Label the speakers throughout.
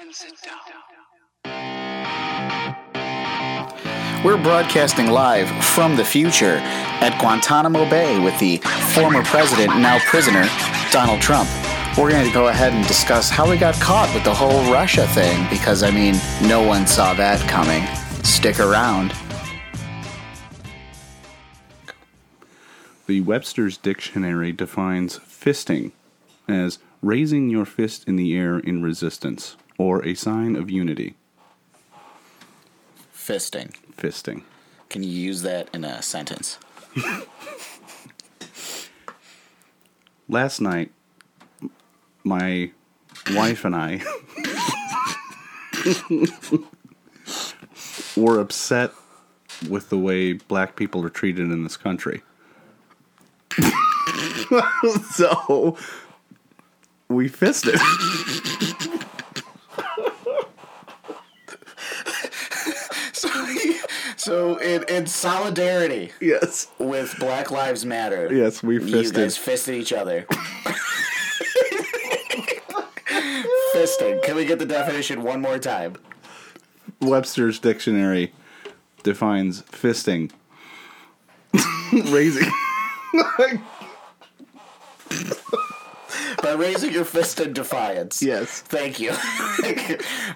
Speaker 1: and sit down.
Speaker 2: We're broadcasting live from the future at Guantanamo Bay with the former president, now prisoner, Donald Trump. We're going to go ahead and discuss how we got caught with the whole Russia thing because, I mean, no one saw that coming. Stick around.
Speaker 3: The Webster's Dictionary defines fisting as raising your fist in the air in resistance or a sign of unity.
Speaker 2: Fisting.
Speaker 3: Fisting.
Speaker 2: Can you use that in a sentence?
Speaker 3: Last night, m- my wife and I were upset with the way black people are treated in this country. so we fisted.
Speaker 2: So, in, in solidarity
Speaker 3: yes.
Speaker 2: with Black Lives Matter,
Speaker 3: Yes, we
Speaker 2: you
Speaker 3: fisted.
Speaker 2: guys fisted each other. Fisting. Can we get the definition one more time?
Speaker 3: Webster's dictionary defines fisting. Raising.
Speaker 2: By raising your fist in defiance.
Speaker 3: yes.
Speaker 2: Thank you.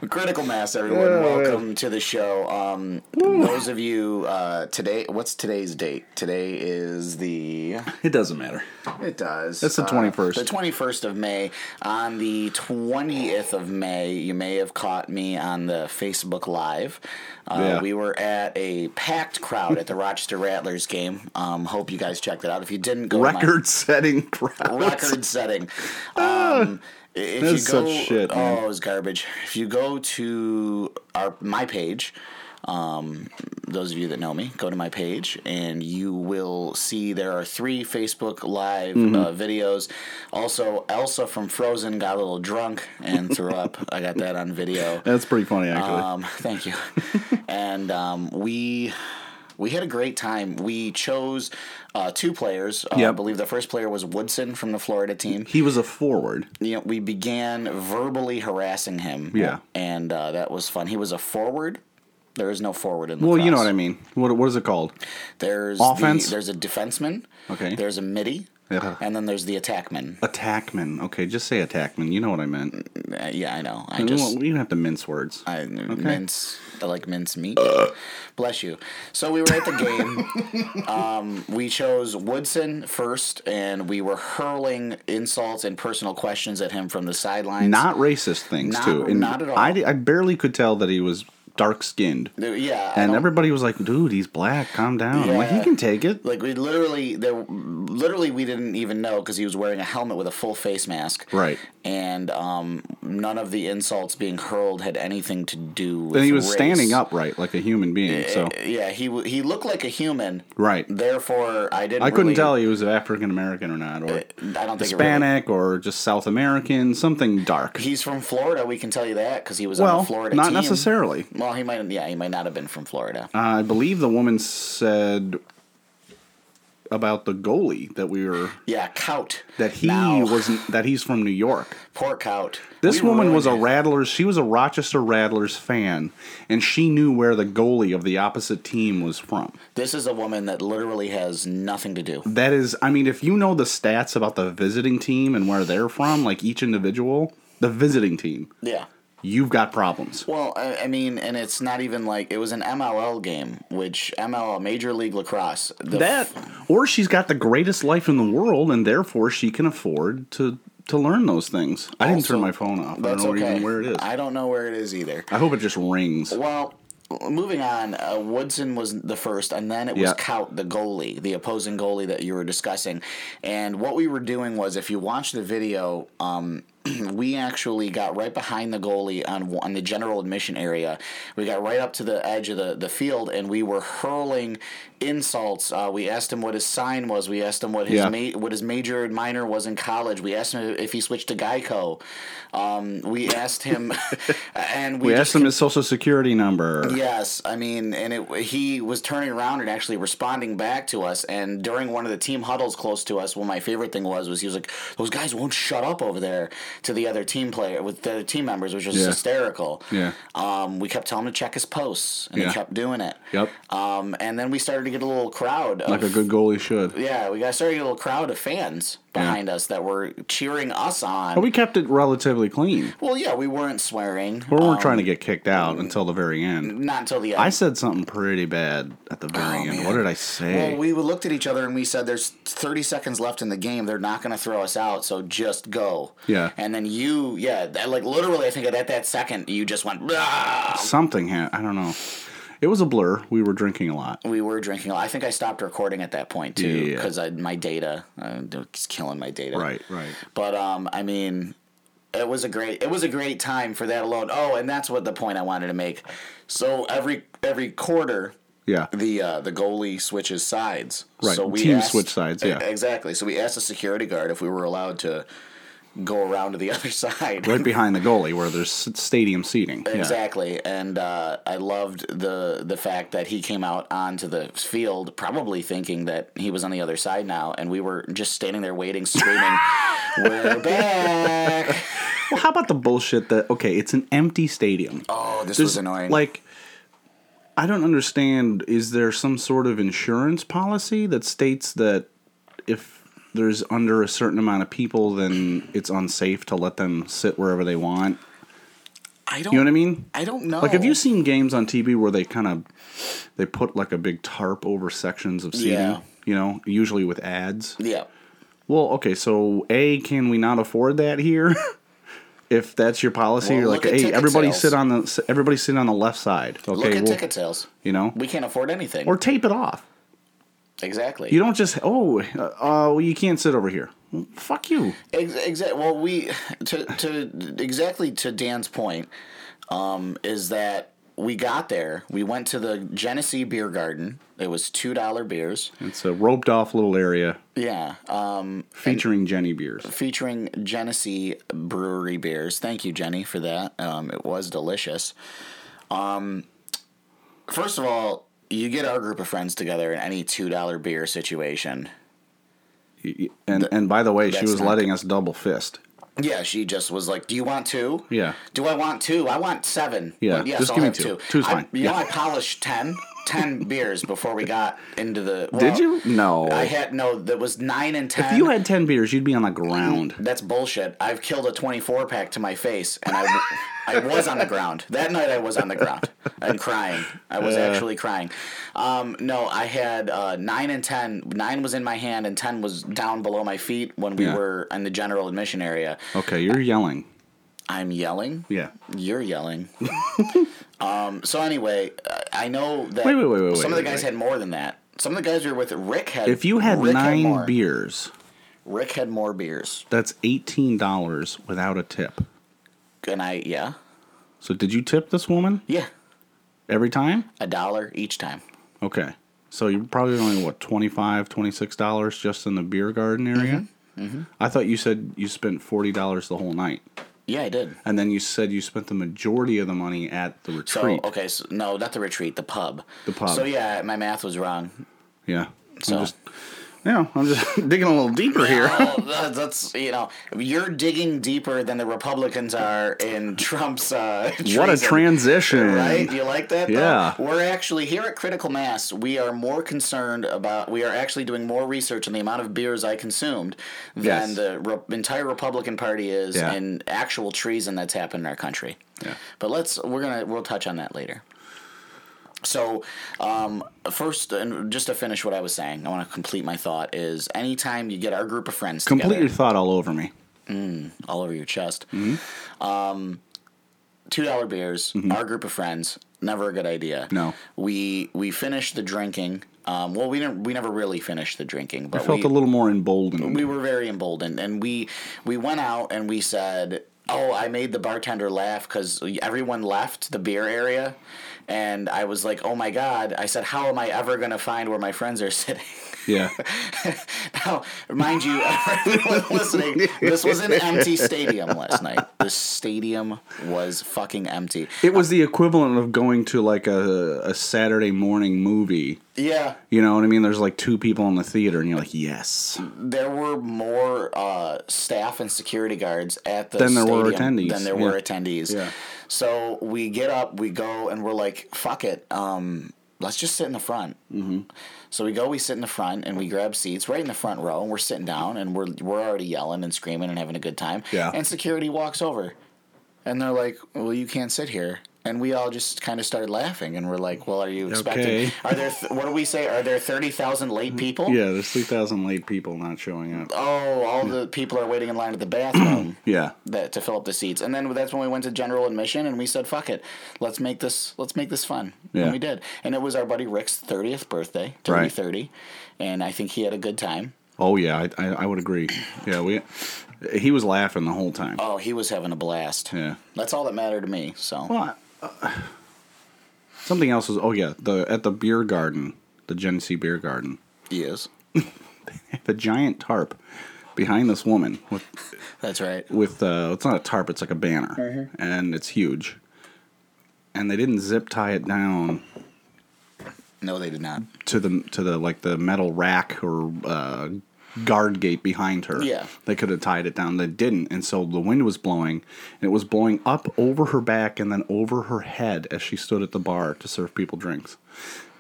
Speaker 2: Critical mass, everyone. Welcome to the show. Um, those of you uh, today, what's today's date? Today is the.
Speaker 3: It doesn't matter.
Speaker 2: It does.
Speaker 3: It's the
Speaker 2: uh,
Speaker 3: 21st.
Speaker 2: the 21st of May. On the 20th of May, you may have caught me on the Facebook Live. Uh,
Speaker 3: Yeah.
Speaker 2: We were at a packed crowd at the Rochester Rattlers game. Um, hope you guys checked it out. If you didn't go, to my-
Speaker 3: Record setting crowds.
Speaker 2: record setting. Um, if you go,
Speaker 3: Ah, That's such shit,
Speaker 2: oh,
Speaker 3: man.
Speaker 2: it was garbage. If you go to our my page, um, those of you that know me, go to my page, and you will see there are three Facebook Live
Speaker 3: Mm-hmm.
Speaker 2: uh, videos. Also, Elsa from Frozen got a little drunk and threw up. I got that on video.
Speaker 3: That's pretty funny, actually.
Speaker 2: Um, thank you. and um, we we had a great time. We chose uh, two players. Uh, I
Speaker 3: Yep.
Speaker 2: believe the first player was Woodson from the Florida team.
Speaker 3: he was a forward.
Speaker 2: You know, we began verbally harassing him.
Speaker 3: Yeah.
Speaker 2: and uh, that was fun. He was a forward. There is no forward in the
Speaker 3: Well, you know
Speaker 2: cross.
Speaker 3: what I mean. What what is it called?
Speaker 2: There's
Speaker 3: Offense?
Speaker 2: The, there's a defenseman.
Speaker 3: Okay.
Speaker 2: There's a midi.
Speaker 3: Yeah.
Speaker 2: And then there's the attackman.
Speaker 3: Attackman. Okay, just say attackman. You know what I meant.
Speaker 2: Uh, yeah, I know. I
Speaker 3: You
Speaker 2: just
Speaker 3: don't- you don't have to mince words.
Speaker 2: I mince. I like mince meat. Bless you. So we were at the game. um, we chose Woodson first, and we were hurling insults and personal questions at him from the sidelines.
Speaker 3: not racist things
Speaker 2: Not-
Speaker 3: too.
Speaker 2: not at all.
Speaker 3: I, I barely could tell that he was dark skinned.
Speaker 2: yeah, I
Speaker 3: And
Speaker 2: don't-
Speaker 3: everybody was like, "Dude, he's black. Calm down. I'm Like he
Speaker 2: Yeah.
Speaker 3: can take it."
Speaker 2: Like we literally, there, literally, we didn't even know because he was wearing a helmet with a full face mask.
Speaker 3: Right.
Speaker 2: And um, none of the insults being hurled had anything to do. with
Speaker 3: And he was
Speaker 2: race.
Speaker 3: standing upright like a human being. So
Speaker 2: Yeah, he w- he looked like a human.
Speaker 3: right,
Speaker 2: Therefore, I didn't.
Speaker 3: I couldn't
Speaker 2: really-
Speaker 3: tell he was African American or not, or
Speaker 2: I don't think it really-
Speaker 3: Hispanic or just South American, something dark.
Speaker 2: He's from Florida. We can tell you that because he was on
Speaker 3: well,
Speaker 2: the Florida
Speaker 3: not
Speaker 2: team.
Speaker 3: necessarily.
Speaker 2: Well, he might. Yeah, he might not have been from Florida.
Speaker 3: Uh, I believe the woman said about the goalie that we were
Speaker 2: Yeah, Cout.
Speaker 3: that he
Speaker 2: Now,
Speaker 3: was that he's from New York.
Speaker 2: poor Cout.
Speaker 3: This
Speaker 2: We
Speaker 3: woman
Speaker 2: ruined
Speaker 3: was a
Speaker 2: it.
Speaker 3: Rattlers. She was a Rochester Rattlers fan, and she knew where the goalie of the opposite team was from.
Speaker 2: This is a woman that literally has nothing to do.
Speaker 3: That is, I mean, if you know the stats about the visiting team and where they're from, like each individual, the visiting team,
Speaker 2: Yeah.
Speaker 3: you've got problems.
Speaker 2: Well, I, I mean, and it's not even like it was an MLL game, which MLL Major League Lacrosse. The
Speaker 3: That, or she's got the greatest life in the world, and therefore she can afford to to learn those things. I didn't
Speaker 2: Also,
Speaker 3: turn my phone off. I don't
Speaker 2: that's
Speaker 3: know
Speaker 2: okay.
Speaker 3: even where it is. I,
Speaker 2: I don't know where it is either.
Speaker 3: hope it just rings.
Speaker 2: Well, moving on, uh, Woodson was the first, and then it was
Speaker 3: Yeah.
Speaker 2: Cout, the goalie, the opposing goalie that you were discussing. And what we were doing was, if you watch the video, um, we actually got right behind the goalie on on the general admission area. We got right up to the edge of the, the field, and we were hurling insults. Uh, we asked him what his sign was. We asked him what his
Speaker 3: Yeah.
Speaker 2: ma- what his major and minor was in college. We asked him if he switched to Geico. Um, we asked him, and we,
Speaker 3: We
Speaker 2: just
Speaker 3: asked him his social security number.
Speaker 2: Yes, I mean, and it, he was turning around and actually responding back to us. And during one of the team huddles close to us, well, my favorite thing was was he was like, "Those guys won't shut up over there," to the other team player with the other team members, which was
Speaker 3: Yeah.
Speaker 2: hysterical.
Speaker 3: Yeah.
Speaker 2: Um, we kept telling him to check his posts, and
Speaker 3: Yeah.
Speaker 2: he kept doing it.
Speaker 3: Yep.
Speaker 2: Um, and then we started to get a little crowd. Of,
Speaker 3: Like a good goalie should.
Speaker 2: yeah, we got started to get a little crowd of fans behind us that were cheering us on.
Speaker 3: But we kept it relatively clean.
Speaker 2: well, yeah, we weren't swearing.
Speaker 3: We weren't trying to
Speaker 2: Um,
Speaker 3: get kicked
Speaker 2: mm.
Speaker 3: out until the very end.
Speaker 2: Not until the end.
Speaker 3: I said something pretty bad at the very end. What
Speaker 2: Oh, man.
Speaker 3: did I say?
Speaker 2: Well, we looked at each other and we said, "There's 30 seconds left in the game. They're not going to throw us out, so just go."
Speaker 3: Yeah.
Speaker 2: And then you, yeah, that, like literally, I think at that second, you just went. "Bah!"
Speaker 3: Something happened. I don't know. It was a blur. We were drinking a lot.
Speaker 2: We were drinking. I think I stopped recording at that point too
Speaker 3: Yeah.
Speaker 2: because my data, uh, it's killing my data.
Speaker 3: Right, right.
Speaker 2: But um, I mean, it was a great it was a great time for that alone. Oh, and that's what the point I wanted to make. So every every quarter,
Speaker 3: Yeah.
Speaker 2: the uh, the goalie switches sides.
Speaker 3: Right,
Speaker 2: So we
Speaker 3: teams
Speaker 2: asked-
Speaker 3: switch sides, yeah.
Speaker 2: E- exactly. So we asked the security guard if we were allowed to go around to the other side.
Speaker 3: Right behind the goalie where there's s- stadium seating. Yeah.
Speaker 2: Exactly, and uh, I loved the the fact that he came out onto the field, probably thinking that he was on the other side now, and we were just standing there waiting, screaming, "We're back!"
Speaker 3: Well, how about the bullshit that, okay, it's an empty stadium.
Speaker 2: Oh, this was
Speaker 3: There's-
Speaker 2: annoying.
Speaker 3: Like, I don't understand. Is there some sort of insurance policy that states that if there's under a certain amount of people, then it's unsafe to let them sit wherever they want?
Speaker 2: I don't.
Speaker 3: You know what I mean?
Speaker 2: I don't know.
Speaker 3: Like, have you seen games on TV where they kind of they put like a big tarp over sections of seating?
Speaker 2: Yeah.
Speaker 3: You know, usually with ads.
Speaker 2: Yeah.
Speaker 3: Well, okay, so a can we not afford that here? if that's your policy,
Speaker 2: Well,
Speaker 3: you're
Speaker 2: look at
Speaker 3: like, hey,
Speaker 2: ticket
Speaker 3: everybody
Speaker 2: sales.
Speaker 3: sit on the everybody sit on the left side. Okay,
Speaker 2: Look at
Speaker 3: well,
Speaker 2: ticket sales.
Speaker 3: you know,
Speaker 2: We can't afford anything.
Speaker 3: or tape it off.
Speaker 2: exactly.
Speaker 3: You don't just oh, uh, uh, well, you can't sit over here. Well, fuck you.
Speaker 2: Ex- exact. Well, we to to exactly to Dan's point um, is that we got there. We went to the Genesee Beer Garden. It was two dollar beers.
Speaker 3: It's a roped off little area
Speaker 2: Yeah. Um,
Speaker 3: featuring Jenny beers.
Speaker 2: featuring Genesee Brewery beers. Thank you, Jenny, for that. Um, it was delicious. Um, first of all, you get our group of friends together in any two dollar beer situation.
Speaker 3: And and by the way, she
Speaker 2: that's
Speaker 3: was
Speaker 2: not
Speaker 3: letting us double fist.
Speaker 2: Yeah, she just was like, "Do you want two?
Speaker 3: Yeah.
Speaker 2: Do I want two? I want seven.
Speaker 3: Yeah,
Speaker 2: But yes,
Speaker 3: just
Speaker 2: I'll
Speaker 3: give me
Speaker 2: have
Speaker 3: two.
Speaker 2: two.
Speaker 3: Two's
Speaker 2: I-
Speaker 3: fine.
Speaker 2: You
Speaker 3: Yeah.
Speaker 2: know, I polished 10, 10 beers before we got into the. well,
Speaker 3: Did you? No.
Speaker 2: I had no. That was nine and ten.
Speaker 3: if you had ten beers, you'd be on the ground.
Speaker 2: That's bullshit. I've killed a 24 pack to my face, and I, I was on the ground. That night I was on the ground and crying. I was actually crying. Um, no, I had uh, 9 and 10. 9 was in my hand, and 10 was down below my feet when we
Speaker 3: Yeah.
Speaker 2: were in the general admission area.
Speaker 3: Okay, you're yelling.
Speaker 2: I'm yelling.
Speaker 3: Yeah.
Speaker 2: You're yelling. um, so, anyway, I- I know that
Speaker 3: Wait, wait, wait, wait,
Speaker 2: some of
Speaker 3: wait,
Speaker 2: the guys
Speaker 3: wait.
Speaker 2: had more than that. Some of the guys we were with, Rick had.
Speaker 3: If you had
Speaker 2: Rick
Speaker 3: nine
Speaker 2: more.
Speaker 3: beers,
Speaker 2: Rick had more beers.
Speaker 3: that's eighteen dollars without a tip.
Speaker 2: And I, yeah.
Speaker 3: So did you tip this woman
Speaker 2: Yeah.
Speaker 3: every time?
Speaker 2: a dollar each time.
Speaker 3: Okay. So you're probably only what 25 dollars just in the beer garden area.
Speaker 2: Mm-hmm.
Speaker 3: I thought you said you spent forty dollars the whole night,
Speaker 2: Yeah, I did.
Speaker 3: and then you said you spent the majority of the money at the
Speaker 2: So
Speaker 3: retreat.
Speaker 2: okay, so, no, not the retreat, the pub.
Speaker 3: The pub.
Speaker 2: So yeah, my math was wrong.
Speaker 3: Yeah.
Speaker 2: So-
Speaker 3: I'm just, yeah, I'm just digging a little deeper here.
Speaker 2: Oh, that- that's you know, you're digging deeper than the Republicans are in Trump's. Uh,
Speaker 3: What a
Speaker 2: treason.
Speaker 3: transition!
Speaker 2: Right? You like that? though?
Speaker 3: Mm. Yeah.
Speaker 2: We're actually here at Critical Mass. We are more concerned about. We are actually doing more research on the amount of beers I consumed than
Speaker 3: Yes.
Speaker 2: the re- entire Republican Party is
Speaker 3: Yeah.
Speaker 2: in actual treason that's happened in our country.
Speaker 3: Yeah.
Speaker 2: But let's. We're gonna. We'll touch on that later. So, um, first, and just to finish what I was saying, I want to complete my thought. Is anytime you get our group of friends
Speaker 3: Complete
Speaker 2: together,
Speaker 3: your thought all over me.
Speaker 2: all over your chest. Um,
Speaker 3: Mm-hmm.
Speaker 2: Two dollar beers. Our group of friends. Never a good idea.
Speaker 3: No.
Speaker 2: We we finished the drinking. Um, well, we didn't. We never really finished the drinking, but
Speaker 3: I felt
Speaker 2: we,
Speaker 3: a little more emboldened.
Speaker 2: we were very emboldened, and we we went out and we said, "Oh, I made the bartender laugh because everyone left the beer area." And I was like, "Oh my god!" I said, "How am I ever gonna find where my friends are sitting?"
Speaker 3: yeah.
Speaker 2: Oh, uh, Now, mind you, everyone listening, this was an empty stadium last night. The stadium was fucking empty.
Speaker 3: It was the equivalent of going to like a, a Saturday morning movie.
Speaker 2: Yeah,
Speaker 3: You know what I mean? There's like two people in the theater, and you're like, yes.
Speaker 2: there were more uh, staff and security guards at the
Speaker 3: Than there
Speaker 2: stadium
Speaker 3: were attendees,
Speaker 2: than there
Speaker 3: yeah.
Speaker 2: were attendees.
Speaker 3: Yeah.
Speaker 2: So we get up, we go, and we're like, "Fuck it, um, let's just sit in the front." Mm-hmm. So we go, we sit in the front, and we grab seats right in the front row, and we're sitting down, and we're we're already yelling and screaming and having a good time.
Speaker 3: Yeah.
Speaker 2: And security walks over, and they're like, "Well, you can't sit here." And we all just kind of started laughing, and we're like, "Well, are you expecting?
Speaker 3: Okay. Mm-hmm.
Speaker 2: Are there? Th- what do we say? Are there thirty thousand late people?
Speaker 3: Yeah, there's 3,000 late people not showing up.
Speaker 2: oh, all the people are waiting in line at the bathroom
Speaker 3: Yeah.
Speaker 2: that to fill up the seats. And then that's when we went to general admission and we said, "Fuck it, let's make this let's make this fun."
Speaker 3: Yeah.
Speaker 2: And we did. And it was our buddy Rick's thirtieth birthday, to be
Speaker 3: Right.
Speaker 2: thirty, and I think he had a good time.
Speaker 3: Oh, yeah, I, I, I would agree. Yeah, we. He was laughing the whole time.
Speaker 2: Oh, he was having a blast.
Speaker 3: Yeah.
Speaker 2: That's all that mattered to me. So
Speaker 3: Well, I- uh, something else was. Oh yeah, the at the beer garden, the Genesee Beer Garden,
Speaker 2: he is.
Speaker 3: the giant tarp behind this woman with
Speaker 2: That's right.
Speaker 3: with uh, it's not a tarp, it's like a banner, and it's huge. And they didn't zip tie it down
Speaker 2: No, they did not.
Speaker 3: to the to the like the metal rack or uh, guard gate behind her.
Speaker 2: Yeah.
Speaker 3: they could have tied it down. They didn't, and so the wind was blowing, and it was blowing up over her back and then over her head as she stood at the bar to serve people drinks.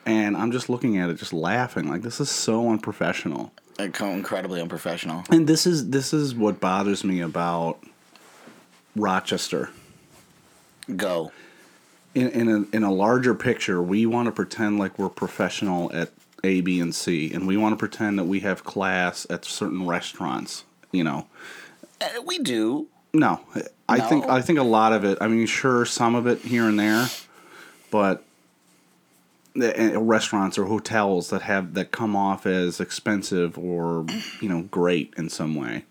Speaker 3: And I'm just looking at it, just laughing, like this is so unprofessional.
Speaker 2: Uh, Incredibly unprofessional.
Speaker 3: And this is this is what bothers me about Rochester.
Speaker 2: Go.
Speaker 3: in in a, in a larger picture, we want to pretend like we're professional at A, B, and C, and we want to pretend that we have class at certain restaurants. You know,
Speaker 2: Uh, we do.
Speaker 3: no, I think
Speaker 2: No.
Speaker 3: I think a lot of it. I mean, sure, some of it here and there, but the- uh, restaurants or hotels that have that come off as expensive or you know great in some way,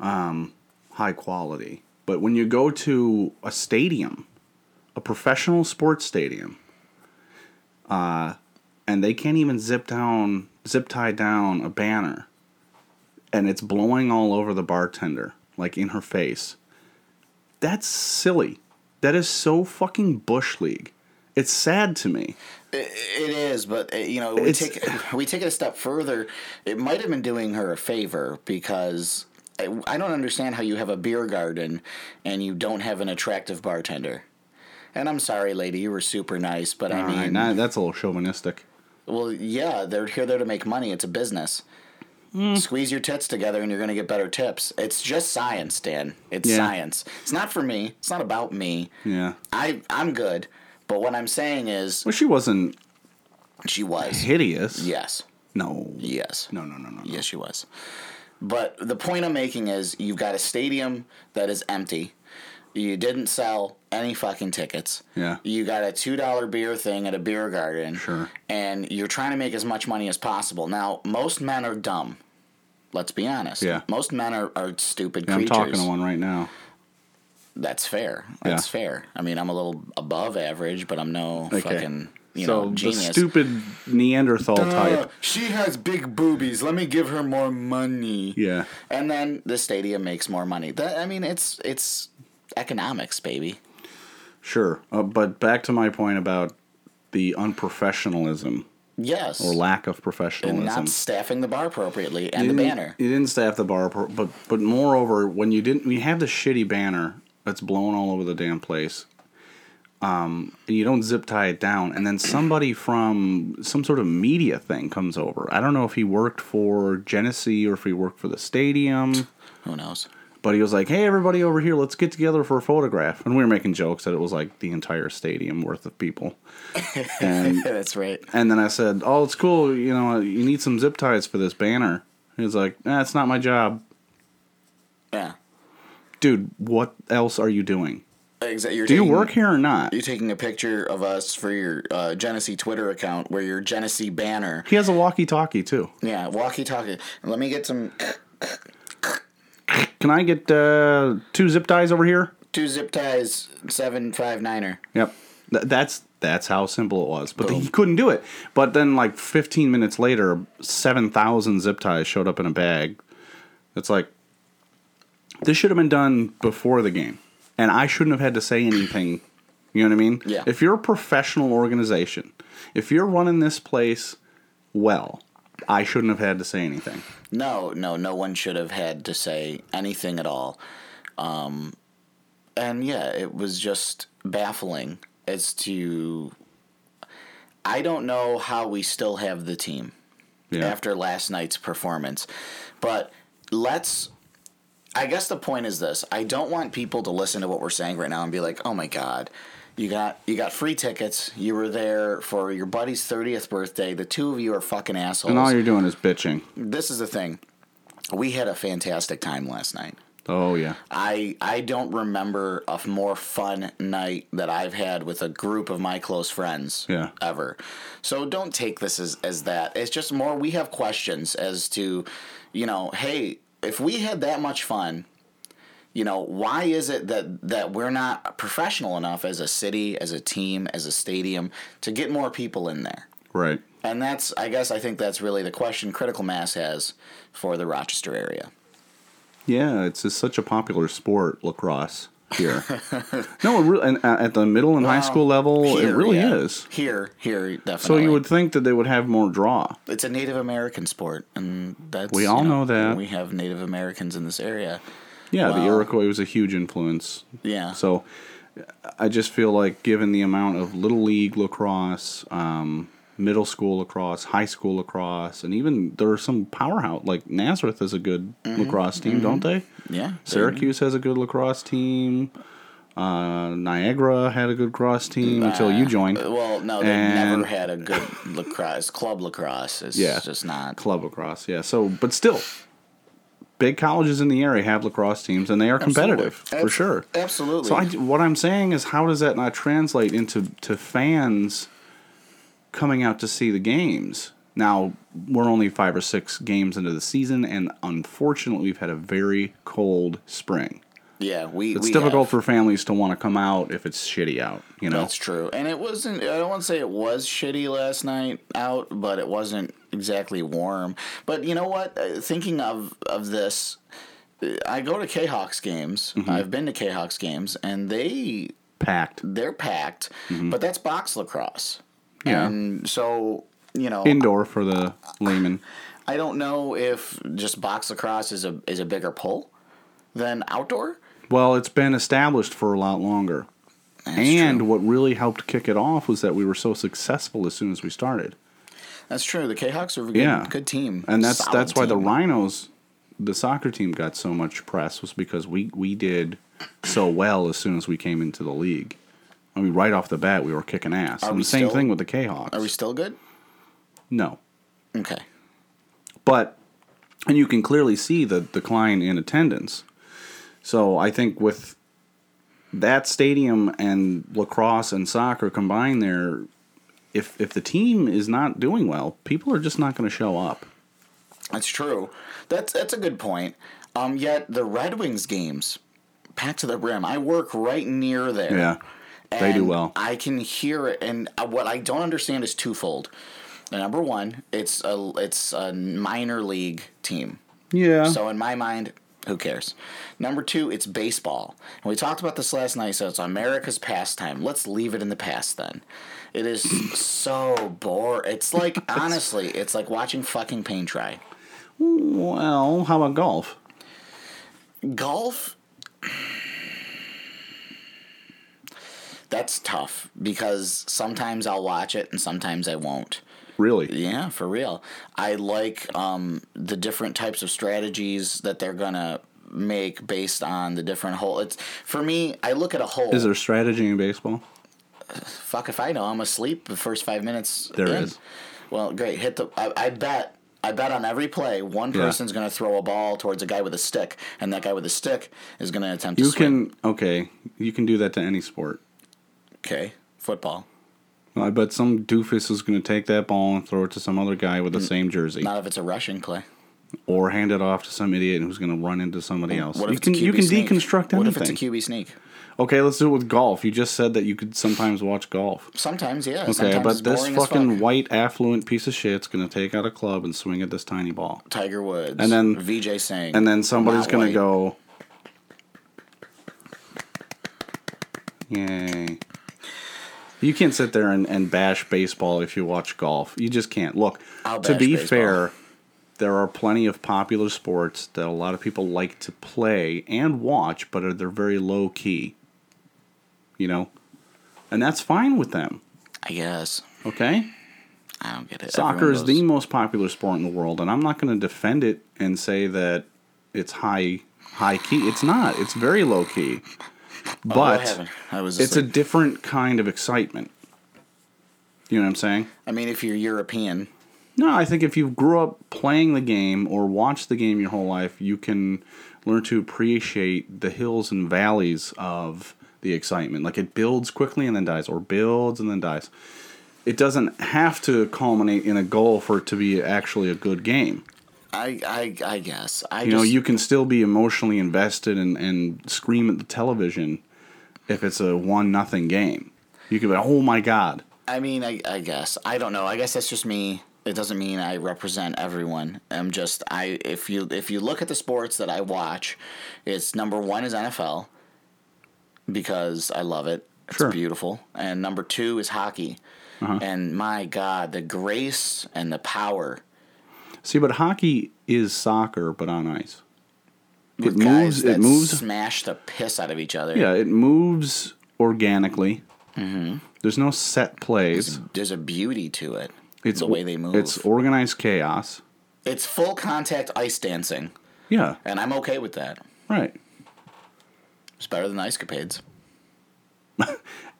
Speaker 3: um, high quality. But when you go to a stadium, a professional sports stadium, uh, and they can't even zip down zip tie down a banner and it's blowing all over the bartender, like in her face. That's silly. That is so fucking bush league. It's sad to me.
Speaker 2: It is, but uh, you know, we
Speaker 3: It's-
Speaker 2: take we take it a step further. It might have been doing her a favor because I, I don't understand how you have a beer garden and you don't have an attractive bartender. And I'm sorry, lady, you were super nice, but I
Speaker 3: All
Speaker 2: mean,
Speaker 3: right, now that's a little chauvinistic.
Speaker 2: well, yeah, they're here there to make money. It's a business.
Speaker 3: Hmm.
Speaker 2: Squeeze your tits together, and you're going to get better tips. It's just science, Dan. It's
Speaker 3: Yeah.
Speaker 2: science. It's not for me. It's not about me.
Speaker 3: Yeah.
Speaker 2: I I'm good, but what I'm saying is,
Speaker 3: Well, she wasn't
Speaker 2: she was.
Speaker 3: hideous.
Speaker 2: Yes.
Speaker 3: No.
Speaker 2: Yes.
Speaker 3: No, no, no, no. no.
Speaker 2: Yes, she was. But the point I'm making is you've got a stadium that is empty. You didn't sell any fucking tickets.
Speaker 3: Yeah.
Speaker 2: You got a $2 beer thing at a beer garden.
Speaker 3: Sure.
Speaker 2: And you're trying to make as much money as possible. Now, most men are dumb. Let's be honest.
Speaker 3: Yeah.
Speaker 2: Most men are, are stupid
Speaker 3: Yeah, I'm
Speaker 2: creatures.
Speaker 3: talking to one right now.
Speaker 2: That's fair. That's fair. I mean, I'm a little above average, but I'm no fucking, you
Speaker 3: so
Speaker 2: know,
Speaker 3: the
Speaker 2: genius.
Speaker 3: stupid Neanderthal type.
Speaker 2: Uh, she has big boobies. Let me give her more money.
Speaker 3: Yeah.
Speaker 2: And then the stadium makes more money. That, I mean, it's it's economics, baby.
Speaker 3: Sure. Uh, but back to my point about the unprofessionalism
Speaker 2: Yes.
Speaker 3: or lack of
Speaker 2: and
Speaker 3: professionalism.
Speaker 2: not staffing the bar appropriately and the
Speaker 3: didn't-
Speaker 2: banner.
Speaker 3: You didn't staff the bar, pro- but but moreover, when you didn't, when you have the shitty banner that's blown all over the damn place. Um, and you don't zip tie it down, and then somebody from some sort of media thing comes over. I don't know if he worked for Genesee or if he worked for the stadium,
Speaker 2: Who knows?
Speaker 3: but he was like, "Hey, everybody over here, let's get together for a photograph." And we were making jokes that it was like the entire stadium worth of people. And
Speaker 2: Yeah, that's right.
Speaker 3: and then I said, "Oh, it's cool. You know, you need some zip ties for this banner." He was like, "That's not my job."
Speaker 2: Yeah.
Speaker 3: dude, what else are you doing?
Speaker 2: Exactly. You're
Speaker 3: Do you
Speaker 2: taking-
Speaker 3: work here or not?
Speaker 2: You're taking a picture of us for your uh, Genesee Twitter account where your Genesee banner.
Speaker 3: He has a walkie-talkie too.
Speaker 2: Yeah, walkie talkie. Let me get some
Speaker 3: Can I get uh, two zip ties over here?
Speaker 2: two zip ties, 759er.
Speaker 3: Yep. Th- that's that's how simple it was. But he couldn't do it. But then, like 15 minutes later, 7,000 zip ties showed up in a bag. It's like this should have been done before the game. and I shouldn't have had to say anything. You know what I mean?
Speaker 2: Yeah.
Speaker 3: If you're a professional organization, if you're running this place well, I shouldn't have had to say anything.
Speaker 2: No, no, no one should have had to say anything at all. Um, and yeah, it was just baffling as to. I don't know how we still have the team
Speaker 3: Yeah.
Speaker 2: after last night's performance. But let's. I guess the point is this: I don't want people to listen to what we're saying right now and be like, "Oh my god, you got you got free tickets. You were there for your buddy's thirtieth birthday. The two of you are fucking assholes."
Speaker 3: and all you're doing is bitching.
Speaker 2: this is the thing: we had a fantastic time last night.
Speaker 3: Oh yeah.
Speaker 2: I I don't remember a f- more fun night that I've had with a group of my close friends
Speaker 3: Yeah.
Speaker 2: ever. So don't take this as as that. It's just more we have questions as to, you know, hey, if we had that much fun, you know, why is it that that we're not professional enough as a city, as a team, as a stadium to get more people in there?
Speaker 3: Right.
Speaker 2: And that's I guess I think that's really the question critical mass has for the Rochester area.
Speaker 3: Yeah, it's just such a popular sport, lacrosse here. no, it re- and, uh, at the middle and high school level, it
Speaker 2: Here,
Speaker 3: really
Speaker 2: yeah.
Speaker 3: is.
Speaker 2: Here, here, definitely.
Speaker 3: So you would think that they would have more draw.
Speaker 2: it's a Native American sport, and that's
Speaker 3: We all know that.
Speaker 2: we have Native Americans in this area.
Speaker 3: Yeah, the
Speaker 2: Wow.
Speaker 3: Iroquois was a huge influence.
Speaker 2: Yeah,
Speaker 3: So I just feel like, given the amount of little league lacrosse, um, middle school lacrosse, high school lacrosse, and even there are some powerhouse like Nazareth is a good lacrosse team, don't they?
Speaker 2: yeah,
Speaker 3: Syracuse has a good lacrosse team. Uh, Niagara had a good lacrosse team until you joined.
Speaker 2: Uh, Well, no, they
Speaker 3: And-
Speaker 2: never had a good lacrosse club. Lacrosse is
Speaker 3: Yeah.
Speaker 2: just not.
Speaker 3: Club lacrosse, yeah. So, but still, big colleges in the area have lacrosse teams, and they are competitive for
Speaker 2: Abs-
Speaker 3: sure.
Speaker 2: Absolutely.
Speaker 3: So, I, what I'm saying is, how does that not translate into to fans coming out to see the games? Now we're only five or six games into the season, and unfortunately, we've had a very cold spring.
Speaker 2: yeah, we.
Speaker 3: It's
Speaker 2: we
Speaker 3: difficult
Speaker 2: have-
Speaker 3: for families to want to come out if it's shitty out. You know,
Speaker 2: That's true, and it wasn't. I don't want to say it was shitty last night out, but it wasn't exactly warm. But you know what? Uh, Thinking of of this, uh, I go to K-Hawks games.
Speaker 3: Mm-hmm.
Speaker 2: I've been to K-Hawks games, and they
Speaker 3: packed.
Speaker 2: they're packed, but that's box lacrosse.
Speaker 3: Mm-hmm. Yeah.
Speaker 2: And so, you know,
Speaker 3: Indoor for the layman.
Speaker 2: I don't know if just box lacrosse is a is a bigger pull than outdoor.
Speaker 3: Well, it's been established for a lot longer. and what really helped kick it off was that we were so successful as soon as we started.
Speaker 2: That's true. The K-Hawks are a good,
Speaker 3: Yeah.
Speaker 2: good team.
Speaker 3: And that's
Speaker 2: Solid
Speaker 3: that's why the
Speaker 2: team.
Speaker 3: Rhinos the soccer team got so much press was because we we did so well as soon as we came into the league. I mean, right off the bat, we were kicking ass. and
Speaker 2: we
Speaker 3: the same
Speaker 2: still-
Speaker 3: thing with the K Hawks.
Speaker 2: Are we still good?
Speaker 3: no.
Speaker 2: Okay.
Speaker 3: but and you can clearly see the decline in attendance. So I think with that stadium and lacrosse and soccer combined there, if if the team is not doing well, people are just not going to show up.
Speaker 2: That's true. That's that's a good point. Um, yet the Red Wings games, packed to the brim. I work right near there.
Speaker 3: Yeah. They do
Speaker 2: And
Speaker 3: well.
Speaker 2: I can hear it, and uh, what I don't understand is twofold. Number one, it's a it's a minor league team.
Speaker 3: Yeah.
Speaker 2: So in my mind, who cares? Number two, it's baseball. And we talked about this last night, so it's America's pastime. Let's leave it in the past then. It is so bore. It's like honestly, it's like watching fucking paint dry.
Speaker 3: well, how about golf?
Speaker 2: Golf That's tough because sometimes I'll watch it and sometimes I won't.
Speaker 3: Really?
Speaker 2: Yeah, for real. I like um, the different types of strategies that they're gonna make based on the different hole. It's for me. I look at a hole.
Speaker 3: Is there strategy in baseball?
Speaker 2: Fuck if I know. I'm asleep the first five minutes.
Speaker 3: There
Speaker 2: in.
Speaker 3: is.
Speaker 2: Well, great. Hit the. I, I bet. I bet on every play, one
Speaker 3: Yeah.
Speaker 2: person's going to throw a ball towards a guy with a stick, and that guy with a stick is going to attempt
Speaker 3: You
Speaker 2: to swing.
Speaker 3: can okay, you can do that to any sport.
Speaker 2: Okay, football.
Speaker 3: I bet some doofus is going to take that ball and throw it to some other guy with the same jersey.
Speaker 2: Not if it's a rushing play.
Speaker 3: or hand it off to some idiot who's going to run into somebody else.
Speaker 2: What
Speaker 3: you
Speaker 2: if
Speaker 3: can
Speaker 2: it's a QB
Speaker 3: you can
Speaker 2: sneak?
Speaker 3: deconstruct anything.
Speaker 2: What if it's a QB sneak?
Speaker 3: okay, let's do it with golf. You just said that you could sometimes watch golf.
Speaker 2: Sometimes, yeah.
Speaker 3: Okay,
Speaker 2: sometimes it's
Speaker 3: but this
Speaker 2: boring as
Speaker 3: fucking
Speaker 2: fuck.
Speaker 3: white affluent piece of shit's going to take out a club and swing at this tiny ball,
Speaker 2: Tiger Woods,
Speaker 3: And then-
Speaker 2: VJ Singh,
Speaker 3: and then somebody's
Speaker 2: Not
Speaker 3: going to
Speaker 2: white.
Speaker 3: go. Yay. You can't sit there and, and bash baseball if you watch golf. You just can't. Look,
Speaker 2: I'll
Speaker 3: to
Speaker 2: bash
Speaker 3: be
Speaker 2: baseball.
Speaker 3: fair, there are plenty of popular sports that a lot of people like to play and watch, but are, they're very low key. You know? And that's fine with them,
Speaker 2: I guess.
Speaker 3: okay?
Speaker 2: I don't get it.
Speaker 3: Soccer
Speaker 2: Everyone
Speaker 3: is
Speaker 2: goes-
Speaker 3: the most popular sport in the world, and I'm not going to defend it and say that it's high high key. It's not. It's very low key.
Speaker 2: Oh, I
Speaker 3: But
Speaker 2: haven't. I was. It's
Speaker 3: it's a different kind of excitement. You know what I'm saying?
Speaker 2: I mean, if you're European,
Speaker 3: No, I think if you grew up playing the game or watched the game your whole life, you can learn to appreciate the hills and valleys of the excitement. Like it builds quickly and then dies, or builds and then dies. It doesn't have to culminate in a goal for it to be actually a good game.
Speaker 2: I I, I guess. I
Speaker 3: You
Speaker 2: just,
Speaker 3: know, you can still be emotionally invested and, and scream at the television if it's a one nothing game. You could be, oh my god.
Speaker 2: I mean, I, I guess I don't know. I guess that's just me. It doesn't mean I represent everyone. I'm just I. If you if you look at the sports that I watch, it's number one is NFL because I love it. It's
Speaker 3: Sure. Uh-huh.
Speaker 2: beautiful, and number two is hockey. And my God, the grace and the power.
Speaker 3: See, but hockey is soccer, but on ice. It
Speaker 2: with
Speaker 3: moves.
Speaker 2: guys that
Speaker 3: It moves.
Speaker 2: Smash the piss out of each other.
Speaker 3: Yeah, it moves organically.
Speaker 2: Mm-hmm.
Speaker 3: There's no set plays.
Speaker 2: There's a beauty to it.
Speaker 3: It's
Speaker 2: the way they move.
Speaker 3: It's
Speaker 2: It's,
Speaker 3: organized chaos.
Speaker 2: full contact ice dancing,
Speaker 3: Yeah,
Speaker 2: and I'm okay with that.
Speaker 3: right.
Speaker 2: It's better than ice capades.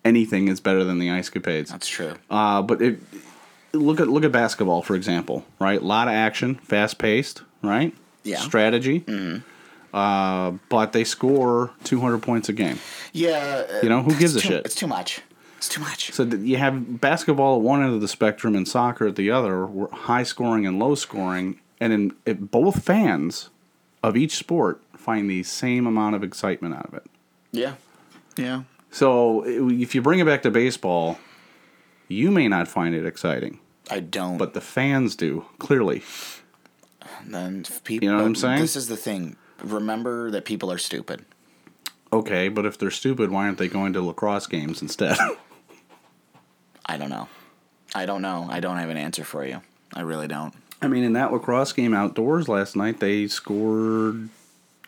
Speaker 3: Anything is better than the ice capades.
Speaker 2: That's true.
Speaker 3: Uh, but it, look at look at basketball for example, right? A lot of action, fast paced, right?
Speaker 2: Yeah. Mm-hmm.
Speaker 3: Strategy. Uh, but they score 200 points a game.
Speaker 2: Yeah. uh,
Speaker 3: You know, who gives a
Speaker 2: it's too-
Speaker 3: shit?
Speaker 2: It's too much. It's too much.
Speaker 3: So that you have basketball at one end of the spectrum and soccer at the other, where high scoring and low scoring, and in it, both fans of each sport find the same amount of excitement out of it.
Speaker 2: yeah. Yeah.
Speaker 3: So i- if you bring it back to baseball, you may not find it exciting,
Speaker 2: I don't.
Speaker 3: but the fans do clearly.
Speaker 2: then f- people.
Speaker 3: You know what I'm saying?
Speaker 2: This is the thing. Remember that people are stupid.
Speaker 3: Okay, but if they're stupid, why aren't they going to lacrosse games instead?
Speaker 2: I don't know. I don't know. I don't have an answer for you. I really don't.
Speaker 3: I mean, in that lacrosse game outdoors last night, they scored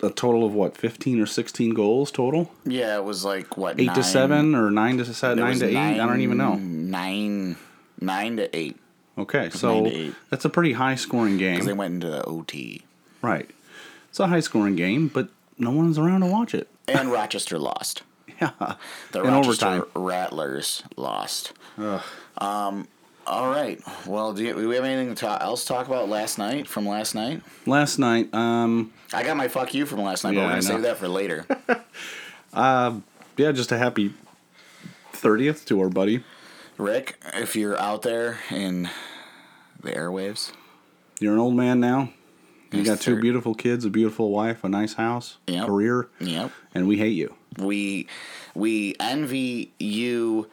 Speaker 3: a total of what, 15 or 16 goals total?
Speaker 2: Yeah, it was like what
Speaker 3: eight to
Speaker 2: nine-
Speaker 3: seven or nine to se-
Speaker 2: There
Speaker 3: nine
Speaker 2: was
Speaker 3: to eight. I don't even know.
Speaker 2: Nine, nine to eight.
Speaker 3: Okay,
Speaker 2: nine
Speaker 3: so
Speaker 2: to eight.
Speaker 3: that's a pretty high scoring game,
Speaker 2: They went into the OT,
Speaker 3: right? It's a high scoring game, but no one's around to watch it.
Speaker 2: and Rochester lost.
Speaker 3: Yeah,
Speaker 2: The
Speaker 3: in
Speaker 2: Rochester
Speaker 3: overtime.
Speaker 2: Rattlers lost. Um. All right. Well, do, you, do we have anything to ta- else to talk about last night from last night?
Speaker 3: Last night, um,
Speaker 2: I got my fuck you from last night,
Speaker 3: Yeah,
Speaker 2: but we're
Speaker 3: I
Speaker 2: gonna save
Speaker 3: know.
Speaker 2: that for later.
Speaker 3: yeah, just a happy thirtieth to our buddy.
Speaker 2: Rick, if you're out there in the airwaves,
Speaker 3: You're an old man now. You
Speaker 2: Yes,
Speaker 3: got two
Speaker 2: sir.
Speaker 3: beautiful kids, a beautiful wife, a nice house,
Speaker 2: Yep.
Speaker 3: career,
Speaker 2: yep.
Speaker 3: and we hate you.
Speaker 2: We we envy you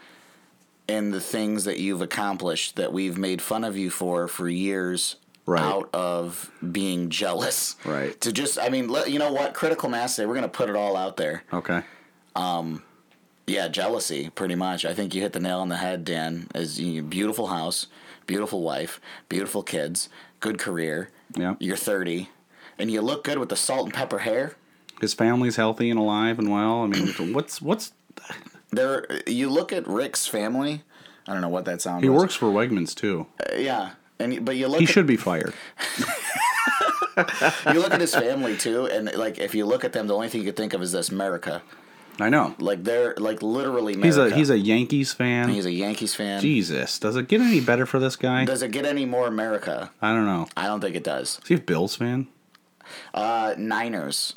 Speaker 2: and the things that you've accomplished that we've made fun of you for for years
Speaker 3: Right.
Speaker 2: out of being jealous.
Speaker 3: Right.
Speaker 2: To just I mean, let, you know what? Critical mass today, we're going to put it all out there.
Speaker 3: Okay.
Speaker 2: Yeah, jealousy pretty much. I think you hit the nail on the head, Dan. As you beautiful house, beautiful wife, beautiful kids, good career.
Speaker 3: Yeah.
Speaker 2: You're 30 and you look good with the salt and pepper hair.
Speaker 3: His family's healthy and alive and well. I mean, what's what's
Speaker 2: There you look at Rick's family. I don't know what that sound
Speaker 3: he
Speaker 2: was.
Speaker 3: works for Wegmans too.
Speaker 2: Yeah, and but you look
Speaker 3: He
Speaker 2: at,
Speaker 3: should be fired.
Speaker 2: you look at his family too, and like if you look at them, the only thing you could think of is this America.
Speaker 3: I know.
Speaker 2: Like they're like literally
Speaker 3: He's
Speaker 2: America.
Speaker 3: a he's a Yankees fan.
Speaker 2: he's a Yankees fan.
Speaker 3: Jesus, does it get any better for this guy?
Speaker 2: Does it get any more America?
Speaker 3: I don't know.
Speaker 2: I don't think it does.
Speaker 3: Is he a Bills fan?
Speaker 2: Uh, Niners,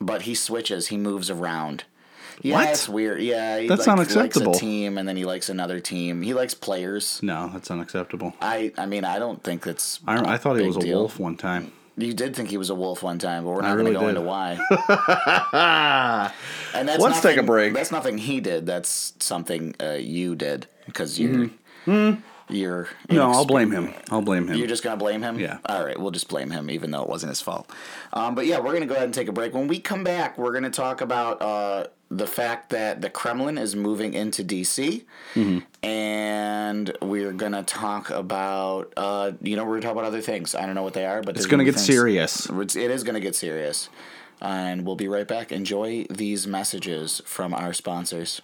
Speaker 2: but he switches. He moves around. Yeah,
Speaker 3: What?
Speaker 2: it's weird. Yeah, he
Speaker 3: That's
Speaker 2: like,
Speaker 3: unacceptable.
Speaker 2: Likes a team, and then he likes another team. He likes players.
Speaker 3: No, that's unacceptable.
Speaker 2: I I mean I don't think that's.
Speaker 3: I, I thought he
Speaker 2: Big
Speaker 3: was a
Speaker 2: deal.
Speaker 3: wolf one time.
Speaker 2: You did think he was a wolf one time, but we're not
Speaker 3: really
Speaker 2: going to go into
Speaker 3: did.
Speaker 2: why. and that's
Speaker 3: Let's take a
Speaker 2: nothing-
Speaker 3: break.
Speaker 2: That's nothing he did. That's something uh, you did because you're you're
Speaker 3: Mm-hmm. No, I'll blame him. I'll blame
Speaker 2: You're
Speaker 3: him.
Speaker 2: just gonna blame him.
Speaker 3: Yeah.
Speaker 2: All right, we'll just blame him, even though it wasn't his fault. Um, but yeah, we're gonna go ahead and take a break. When we come back, we're gonna talk about uh, the fact that the Kremlin is moving into DC,
Speaker 3: Mm-hmm.
Speaker 2: and we're gonna talk about uh, you know we're gonna talk about other things. I don't know what they are, but
Speaker 3: It's gonna get serious.
Speaker 2: It's, it is gonna get serious, and we'll be right back. Enjoy these messages from our sponsors.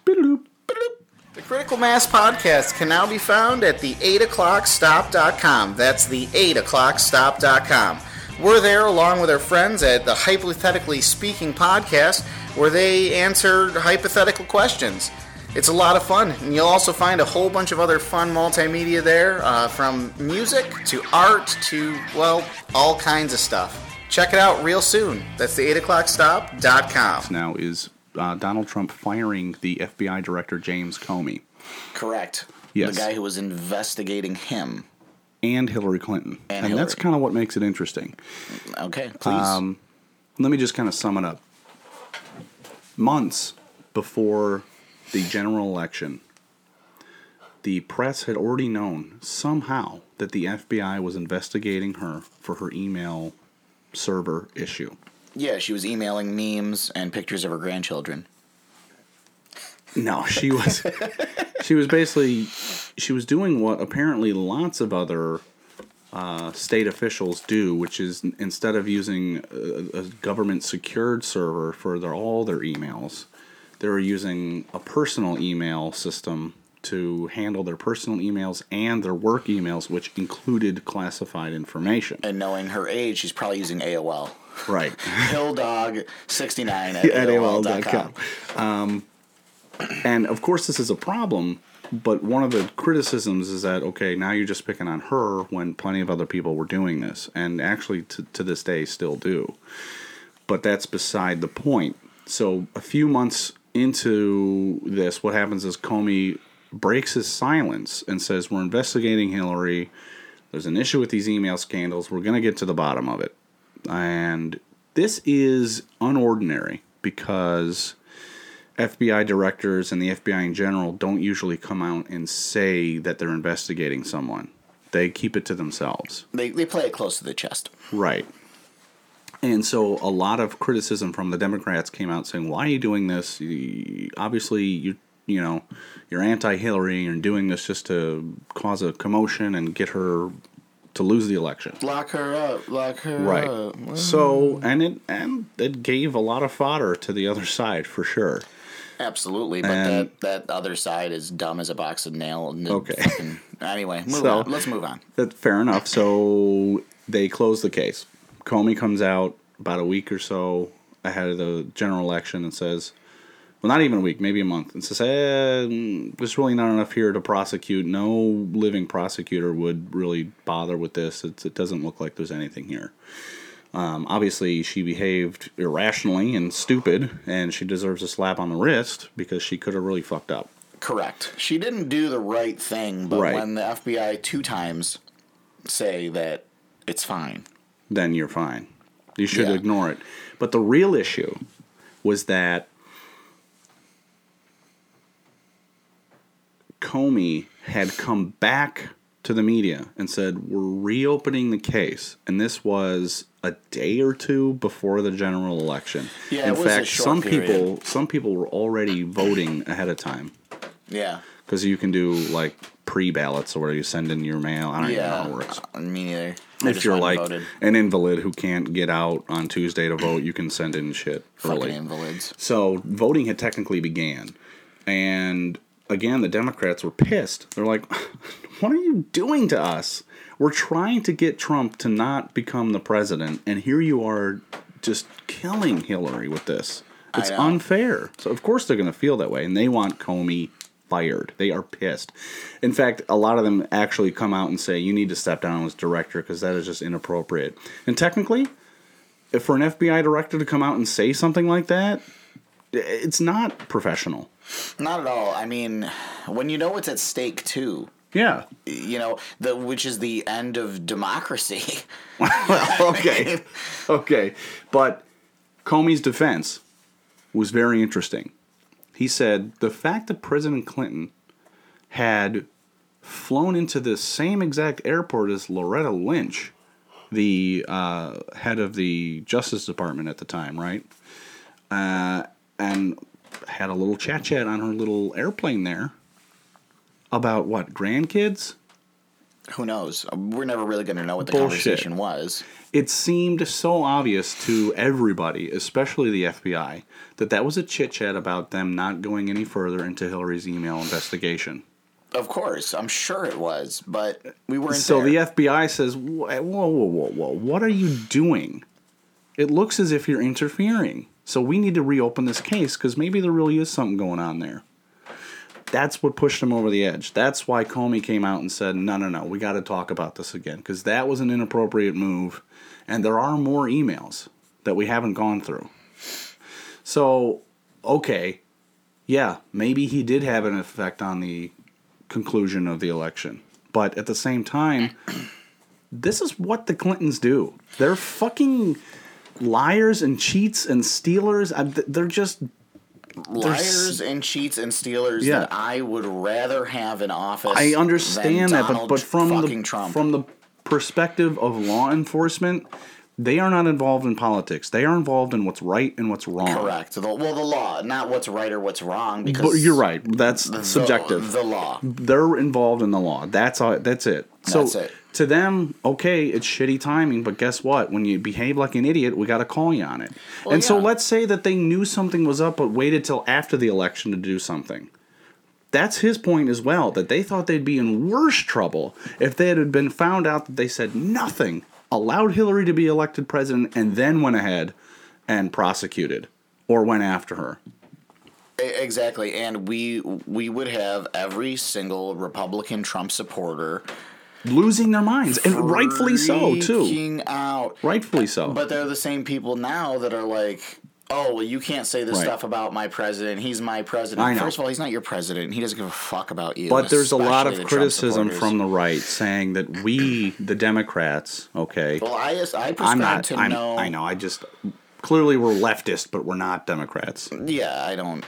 Speaker 2: The Critical Mass Podcast can now be found at the 8 o'clock stop.com. That's the 8 o'clock stop.com. We're there along with our friends at the Hypothetically Speaking Podcast, where they answer hypothetical questions. It's a lot of fun, and you'll also find a whole bunch of other fun multimedia there uh, from music to art to, well, all kinds of stuff. Check it out real soon. That's the 8 o'clock stop.com.
Speaker 3: Now is uh, Donald Trump firing the FBI director James Comey
Speaker 2: Correct.
Speaker 3: Yes.
Speaker 2: The guy who was investigating him.
Speaker 3: and Hillary Clinton, and, that's
Speaker 2: Hillary.
Speaker 3: kind of what makes it interesting.
Speaker 2: Okay, please.
Speaker 3: Um, let me just kind of sum it up. Months before the general election, the press had already known somehow that the FBI was investigating her for her email server issue.
Speaker 2: yeah, she was emailing memes and pictures of her grandchildren.
Speaker 3: No, she was she was basically she was doing what apparently lots of other uh, state officials do, which is n- instead of using a, a government secured server for their all their emails, they were using a personal email system to handle their personal emails and their work emails, which included classified information.
Speaker 2: And knowing her age, she's probably using AOL.
Speaker 3: Right.
Speaker 2: Hilldog69 at,
Speaker 3: at
Speaker 2: AOL.com.
Speaker 3: AOL.com. Um, and of course, this is a problem, but one of the criticisms is that, okay, now you're just picking on her when plenty of other people were doing this, and actually to, to this day still do. But that's beside the point. So, a few months into this, what happens is Comey breaks his silence and says, We're investigating Hillary. There's an issue with these email scandals. We're going to get to the bottom of it and this is unordinary because FBI directors and the FBI in general don't usually come out and say that they're investigating someone. They keep it to themselves.
Speaker 2: They, they play it close to the chest.
Speaker 3: Right. And so a lot of criticism from the Democrats came out saying, "Why are you doing this? You- Obviously, you you know, you're anti-Hillary and doing this just to cause a commotion and get her to lose the election."
Speaker 2: Lock her up. Lock her
Speaker 3: right
Speaker 2: up.
Speaker 3: so and it and it gave a lot of fodder to the other side for sure
Speaker 2: Absolutely. But
Speaker 3: And-
Speaker 2: that, that other side is dumb as a box of nail. and
Speaker 3: Okay.
Speaker 2: fucking- anyway, move
Speaker 3: So-
Speaker 2: on. let's move on.
Speaker 3: that fair enough so they closed the case comey comes out about a week or so ahead of the general election and says well not even a week maybe a month and says eh, mm, there's really not enough here to prosecute no living prosecutor would really bother with this it's, it doesn't look like there's anything here Um, obviously, she behaved irrationally and stupid, and she deserves a slap on the wrist because she could have really fucked up.
Speaker 2: Correct. She didn't do the right thing, but
Speaker 3: Right.
Speaker 2: when the FBI two times say that it's fine.
Speaker 3: Then you're fine. You should
Speaker 2: Yeah.
Speaker 3: ignore it. But the real issue was that Comey had come back to the media and said, We're reopening the case. And this was a day or two before the general election.
Speaker 2: Yeah,
Speaker 3: In
Speaker 2: it was a
Speaker 3: fact,
Speaker 2: short
Speaker 3: some
Speaker 2: period.
Speaker 3: people some people were already voting ahead of time.
Speaker 2: Yeah.
Speaker 3: because you can do like pre ballots or where you send in your mail. I don't
Speaker 2: Yeah.
Speaker 3: even know how it works.
Speaker 2: Uh, Me neither. I
Speaker 3: If
Speaker 2: just
Speaker 3: you're
Speaker 2: went and
Speaker 3: like
Speaker 2: voted.
Speaker 3: an invalid who can't get out on Tuesday to vote, you can send in shit
Speaker 2: fucking
Speaker 3: early.
Speaker 2: invalids.
Speaker 3: So voting had technically began, and again the Democrats were pissed. They're like, "What are you doing to us? We're trying to get Trump to not become the president, and here you are, just killing Hillary with this." It's
Speaker 2: know.
Speaker 3: unfair. So of course they're going to feel that way, and they want Comey fired. They are pissed. In fact, a lot of them actually come out and say, "You need to step down as director because that is just inappropriate." And technically, if for an FBI director to come out and say something like that, it's not professional.
Speaker 2: Not at all. I mean, when you know what's at stake too,
Speaker 3: Yeah.
Speaker 2: you know, the which is the end of democracy.
Speaker 3: okay. okay. But Comey's defense was very interesting. He said the fact that President Clinton had flown into the same exact airport as Loretta Lynch, the uh, head of the Justice Department at the time, right? Uh, and had a little chat chat on her little airplane there about what grandkids.
Speaker 2: Who knows? We're never really going to know what the
Speaker 3: Bullshit.
Speaker 2: conversation was.
Speaker 3: It seemed so obvious to everybody, especially the FBI, that that was a chit chat about them not going any further into Hillary's email investigation.
Speaker 2: Of course, I'm sure it was, but we weren't.
Speaker 3: So
Speaker 2: there.
Speaker 3: the FBI says, "Wha- "Whoa, whoa, whoa, whoa! What are you doing? It looks as if you're interfering. So we need to reopen this case because maybe there really is something going on there." That's what pushed him over the edge. That's why Comey came out and said, "No, no, no, we got to talk about this again because that was an inappropriate move, and there are more emails that we haven't gone through." So, okay, yeah, maybe he did have an effect on the conclusion of the election. But at the same time, this is what the Clintons do. They're fucking liars and cheats and stealers. I, th- they're just
Speaker 2: liars and cheats and stealers
Speaker 3: Yeah.
Speaker 2: that I would rather have in office.
Speaker 3: I
Speaker 2: than
Speaker 3: understand that, but,
Speaker 2: Donald
Speaker 3: but from the
Speaker 2: fucking Trump.
Speaker 3: from the perspective of law enforcement, they are not involved in politics. They are involved in what's right and what's wrong.
Speaker 2: correct. The, well, the law, not what's right or what's wrong, because
Speaker 3: But you're right. That's
Speaker 2: the-
Speaker 3: subjective.
Speaker 2: The law.
Speaker 3: they're involved in the law. That's all. That's it. So
Speaker 2: That's it.
Speaker 3: to them, okay, it's shitty timing, but guess what? When you behave like an idiot, we got to call you on it. and so
Speaker 2: yeah.
Speaker 3: let's say that they knew something was up, but waited till after the election to do something. That's his point as well. That they thought they'd be in worse trouble if they had been found out that they said nothing, allowed Hillary to be elected president, and then went ahead and prosecuted or went after her.
Speaker 2: E- Exactly, and we we would have every single Republican Trump supporter,
Speaker 3: Losing their minds, and rightfully so, too.
Speaker 2: freaking out.
Speaker 3: Rightfully so.
Speaker 2: But they're the same people now that are like, oh, well, you can't say this
Speaker 3: Right.
Speaker 2: stuff about my president. He's my president.
Speaker 3: I know.
Speaker 2: First of all, he's not your president. He doesn't give a fuck about you.
Speaker 3: But there's a lot
Speaker 2: especially
Speaker 3: of
Speaker 2: the Trump
Speaker 3: criticism
Speaker 2: supporters.
Speaker 3: from the right saying that we, the Democrats, okay,
Speaker 2: Well, I, I prescribe
Speaker 3: I'm not.
Speaker 2: to
Speaker 3: I'm,
Speaker 2: know.
Speaker 3: I know. I just clearly we're leftist, but we're not Democrats.
Speaker 2: Yeah, I don't.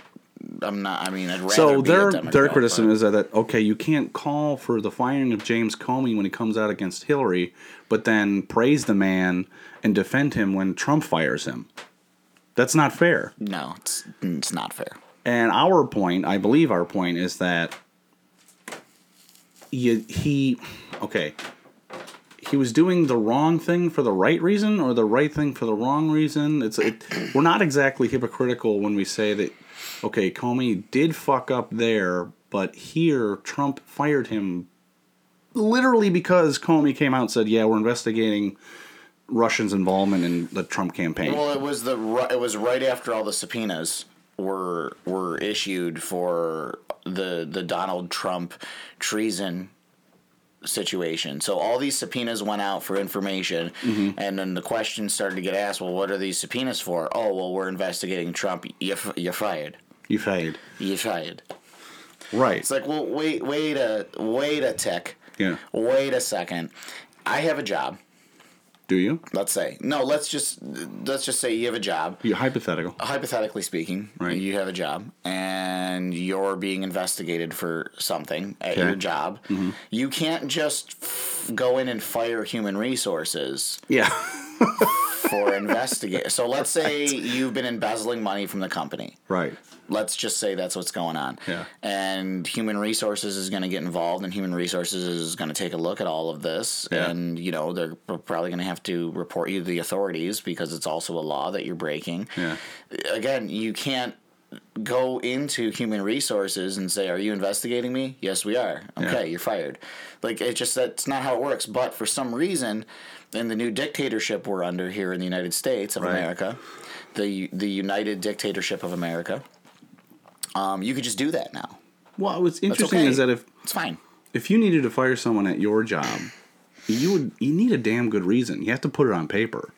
Speaker 2: I'm not. I mean, I'd rather.
Speaker 3: So
Speaker 2: be a
Speaker 3: their their
Speaker 2: Democrat,
Speaker 3: criticism is that, that okay, you can't call for the firing of James Comey when he comes out against Hillary, but then praise the man and defend him when Trump fires him. That's not fair.
Speaker 2: but No, it's it's not fair.
Speaker 3: And our point, I believe our point is that you, he okay. He was doing the wrong thing for the right reason or the right thing for the wrong reason. It's it, we're not exactly hypocritical when we say that okay, Comey did fuck up there, but here Trump fired him literally because Comey came out and said, "Yeah, we're investigating Russians' involvement in the Trump campaign."
Speaker 2: Well, it was the ri- it was right after all the subpoenas were were issued for the the Donald Trump treason situation. So all these subpoenas went out for information, and then the question started to get asked. Well, what are these subpoenas for? Oh, well, we're investigating Trump. You f- you fired.
Speaker 3: you fade.
Speaker 2: You fired.
Speaker 3: Right.
Speaker 2: It's like, well, wait, wait a wait a tick.
Speaker 3: Yeah.
Speaker 2: Wait a second. I have a job.
Speaker 3: Do you?
Speaker 2: Let's say no. Let's just let's just say you have a job.
Speaker 3: You hypothetical.
Speaker 2: Hypothetically speaking,
Speaker 3: Right.
Speaker 2: you have a job and you're being investigated for something at
Speaker 3: Okay. Mm-hmm.
Speaker 2: your job. You can't just f- go in and fire human resources
Speaker 3: Yeah.
Speaker 2: for investigate. So let's say you've been embezzling money from the company.
Speaker 3: Right.
Speaker 2: let's just say that's what's going on.
Speaker 3: Yeah.
Speaker 2: And human resources is going to get involved, and human resources is going to take a look at all of this,
Speaker 3: Yeah.
Speaker 2: and you know they're p- probably going to have to report you to the authorities because it's also a law that you're breaking.
Speaker 3: Yeah.
Speaker 2: Again, you can't go into human resources and say, "Are you investigating me?" Yes, we are. Okay,
Speaker 3: Yeah.
Speaker 2: you're fired. Like it just that's not how it works. But for some reason, in the new dictatorship we're under here in the United States of
Speaker 3: Right.
Speaker 2: America, the the United Dictatorship of America, um, you could just do that now.
Speaker 3: Well, what's interesting
Speaker 2: okay.
Speaker 3: is that if
Speaker 2: It's fine.
Speaker 3: if you needed to fire someone at your job, you would you need a damn good reason. You have to put it on paper.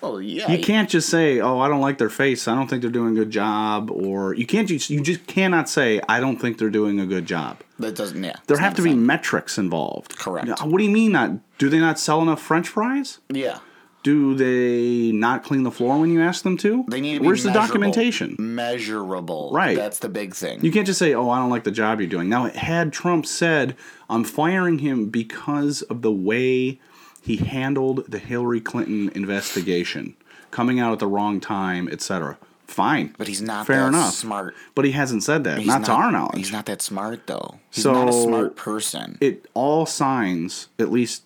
Speaker 2: Well, yeah,
Speaker 3: You can't just say, "Oh, I don't like their face. I don't think they're doing a good job," or you can't just you just cannot say, "I don't think they're doing a good job."
Speaker 2: That doesn't. Yeah,
Speaker 3: There
Speaker 2: it's
Speaker 3: have
Speaker 2: not
Speaker 3: to
Speaker 2: the
Speaker 3: be
Speaker 2: same.
Speaker 3: metrics involved.
Speaker 2: Correct.
Speaker 3: Now, What do you mean not? Do they not sell enough French fries?
Speaker 2: Yeah,
Speaker 3: Do they not clean the floor when you ask them to?
Speaker 2: they need. To be
Speaker 3: Where's the
Speaker 2: measurable.
Speaker 3: documentation?
Speaker 2: Measurable.
Speaker 3: Right.
Speaker 2: That's the big thing.
Speaker 3: You can't just say, "Oh, I don't like the job you're doing." Now, had Trump said, "I'm firing him because of the way he handled the Hillary Clinton investigation, coming out at the wrong time, etc." fine.
Speaker 2: But he's not
Speaker 3: Fair
Speaker 2: that
Speaker 3: enough.
Speaker 2: smart.
Speaker 3: But he hasn't said that,
Speaker 2: He's
Speaker 3: not, to our knowledge.
Speaker 2: He's not that smart though. He's not a
Speaker 3: So-
Speaker 2: smart person.
Speaker 3: it all signs, at least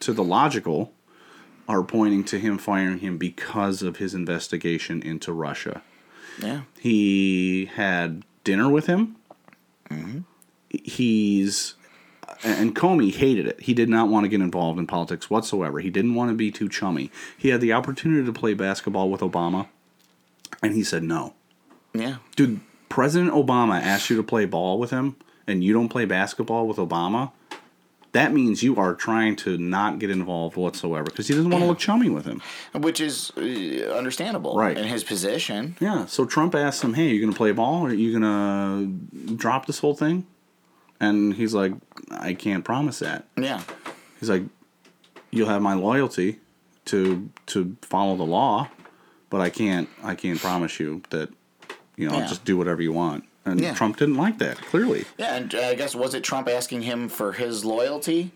Speaker 3: to the logical, are pointing to him firing him because of his investigation into Russia.
Speaker 2: yeah.
Speaker 3: He had dinner with him. He's and Comey hated it. He did not want to get involved in politics whatsoever. He didn't want to be too chummy. He had the opportunity to play basketball with Obama, and he said no.
Speaker 2: Yeah.
Speaker 3: Dude, President Obama asked you to play ball with him, and you don't play basketball with Obama. That means you are trying to not get involved whatsoever because he doesn't want to look chummy with him.
Speaker 2: Which is uh, understandable
Speaker 3: Right.
Speaker 2: in his position.
Speaker 3: Yeah. So Trump asked him, "Hey, you gonna play ball? Or are you gonna drop this whole thing?" And he's like, "I can't promise that."
Speaker 2: Yeah.
Speaker 3: He's like, "You'll have my loyalty to to follow the law, but I can't I can't promise you that you know
Speaker 2: Yeah.
Speaker 3: just do whatever you want." And
Speaker 2: Yeah.
Speaker 3: Trump didn't like that clearly.
Speaker 2: Yeah, and uh, I guess was it Trump asking him for his loyalty,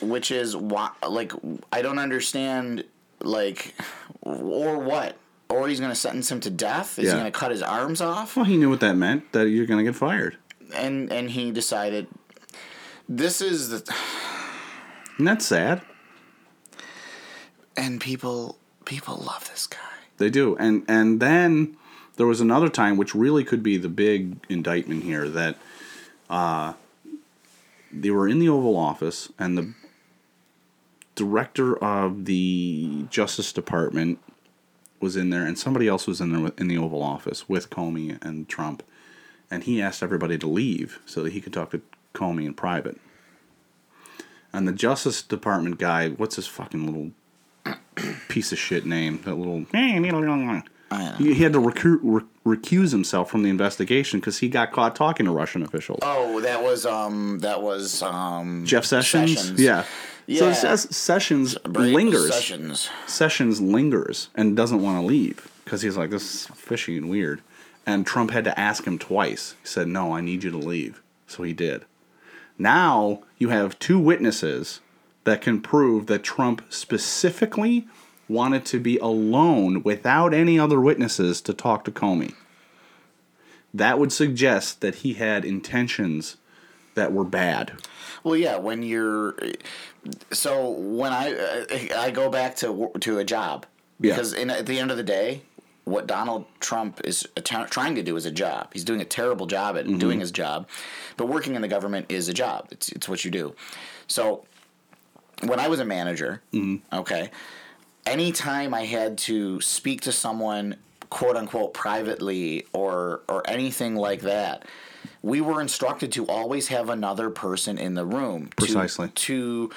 Speaker 2: which is why, like, I don't understand, like, or what, or he's gonna sentence him to death? Is he
Speaker 3: Yeah.
Speaker 2: gonna cut his arms off?
Speaker 3: Well, he knew what that meant that you're going to get fired.
Speaker 2: And and he decided, this is the,
Speaker 3: And that's sad.
Speaker 2: and people people love this guy.
Speaker 3: They do. And and then there was another time which really could be the big indictment here that uh they were in the Oval Office and the director of the Justice Department was in there and somebody else was in there with- in the Oval Office with Comey and Trump and he asked everybody to leave so that he could talk to Comey in private. And the Justice Department guy, what's his fucking little piece of shit name? That little he, he had to recu- re- recuse himself from the investigation because he got caught talking to Russian officials.
Speaker 2: Oh, that was um, that was um,
Speaker 3: Jeff Sessions?
Speaker 2: Sessions.
Speaker 3: yeah.
Speaker 2: Yeah.
Speaker 3: So Ses- Sessions lingers.
Speaker 2: Sessions.
Speaker 3: Sessions lingers and doesn't want to leave because he's like, this is fishy and weird. And Trump had to ask him twice. He said, no, I need you to leave. So he did. Now you have two witnesses that can prove that Trump specifically wanted to be alone without any other witnesses to talk to Comey. That would suggest that he had intentions that were bad.
Speaker 2: Well, yeah, when you're so when I I go back to wo- to a job
Speaker 3: Yeah.
Speaker 2: because in, at the end of the day, what Donald Trump is atta- trying to do is a job. He's doing a terrible job
Speaker 3: Mm-hmm.
Speaker 2: at doing his job, but working in the government is a job. It's it's what you do. So when I was a manager, okay, anytime I had to speak to someone quote unquote privately or or anything like that, we were instructed to always have another person in the room. to-
Speaker 3: Precisely.
Speaker 2: To,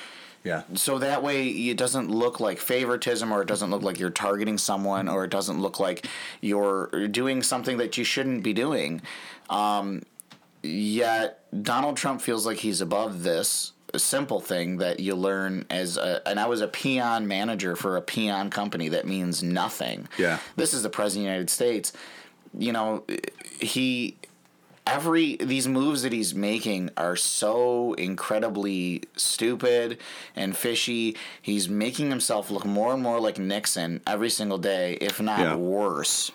Speaker 3: Yeah.
Speaker 2: so that way it doesn't look like favoritism or it doesn't look like you're targeting someone or it doesn't look like you're doing something that you shouldn't be doing Um, yet Donald Trump feels like he's above this simple thing that you learn as a and I was a peon manager for a peon company that means nothing.
Speaker 3: Yeah.
Speaker 2: This is the president of the United States. You know, he every these moves that he's making are so incredibly stupid and fishy. He's making himself look more and more like Nixon every single day, if not
Speaker 3: Yeah.
Speaker 2: worse.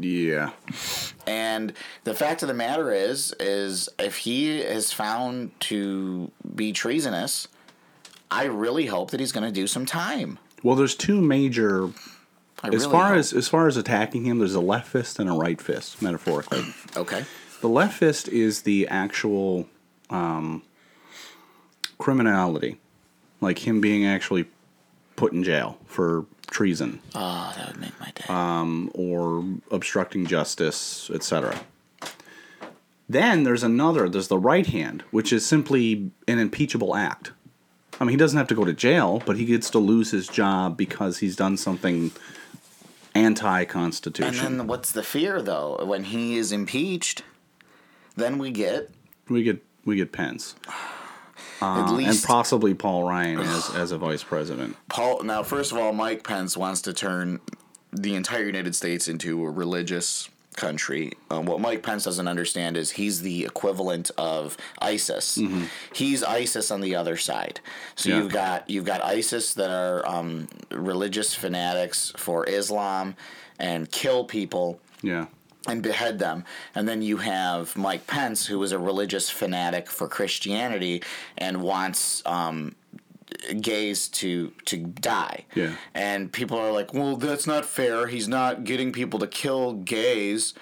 Speaker 3: Yeah.
Speaker 2: And the fact of the matter is, is if he is found to be treasonous, I really hope that he's going to do some time.
Speaker 3: Well, there's two major
Speaker 2: I
Speaker 3: as
Speaker 2: really
Speaker 3: far
Speaker 2: hope.
Speaker 3: as as far as attacking him, there's a left fist and a right fist, metaphorically.
Speaker 2: okay,
Speaker 3: the left fist is the actual um, criminality, like him being actually put in jail for treason um,
Speaker 2: oh, that would make my day.
Speaker 3: Uh, or obstructing justice, etc. Then there's another, there's the right hand, which is simply an impeachable act. I mean, he doesn't have to go to jail, but he gets to lose his job because he's done something
Speaker 2: and
Speaker 3: anti-constitution.
Speaker 2: then what's the fear though? When he is impeached, then we get
Speaker 3: we get we get Pence
Speaker 2: at
Speaker 3: Um, and
Speaker 2: least
Speaker 3: possibly Paul Ryan as as a vice president.
Speaker 2: Paul. Now, first of all, Mike Pence wants to turn the entire United States into a religious country. Um, what Mike Pence doesn't understand is he's the equivalent of ISIS. He's ISIS on the other side. So
Speaker 3: Mm-hmm. Yeah.
Speaker 2: you've got you've got ISIS that are um, religious fanatics for Islam and kill people
Speaker 3: Yeah.
Speaker 2: and behead them. And then you have Mike Pence, who is a religious fanatic for Christianity and wants um, gays to to die.
Speaker 3: Yeah.
Speaker 2: And people are like, "Well, that's not fair. He's not getting people to kill gays."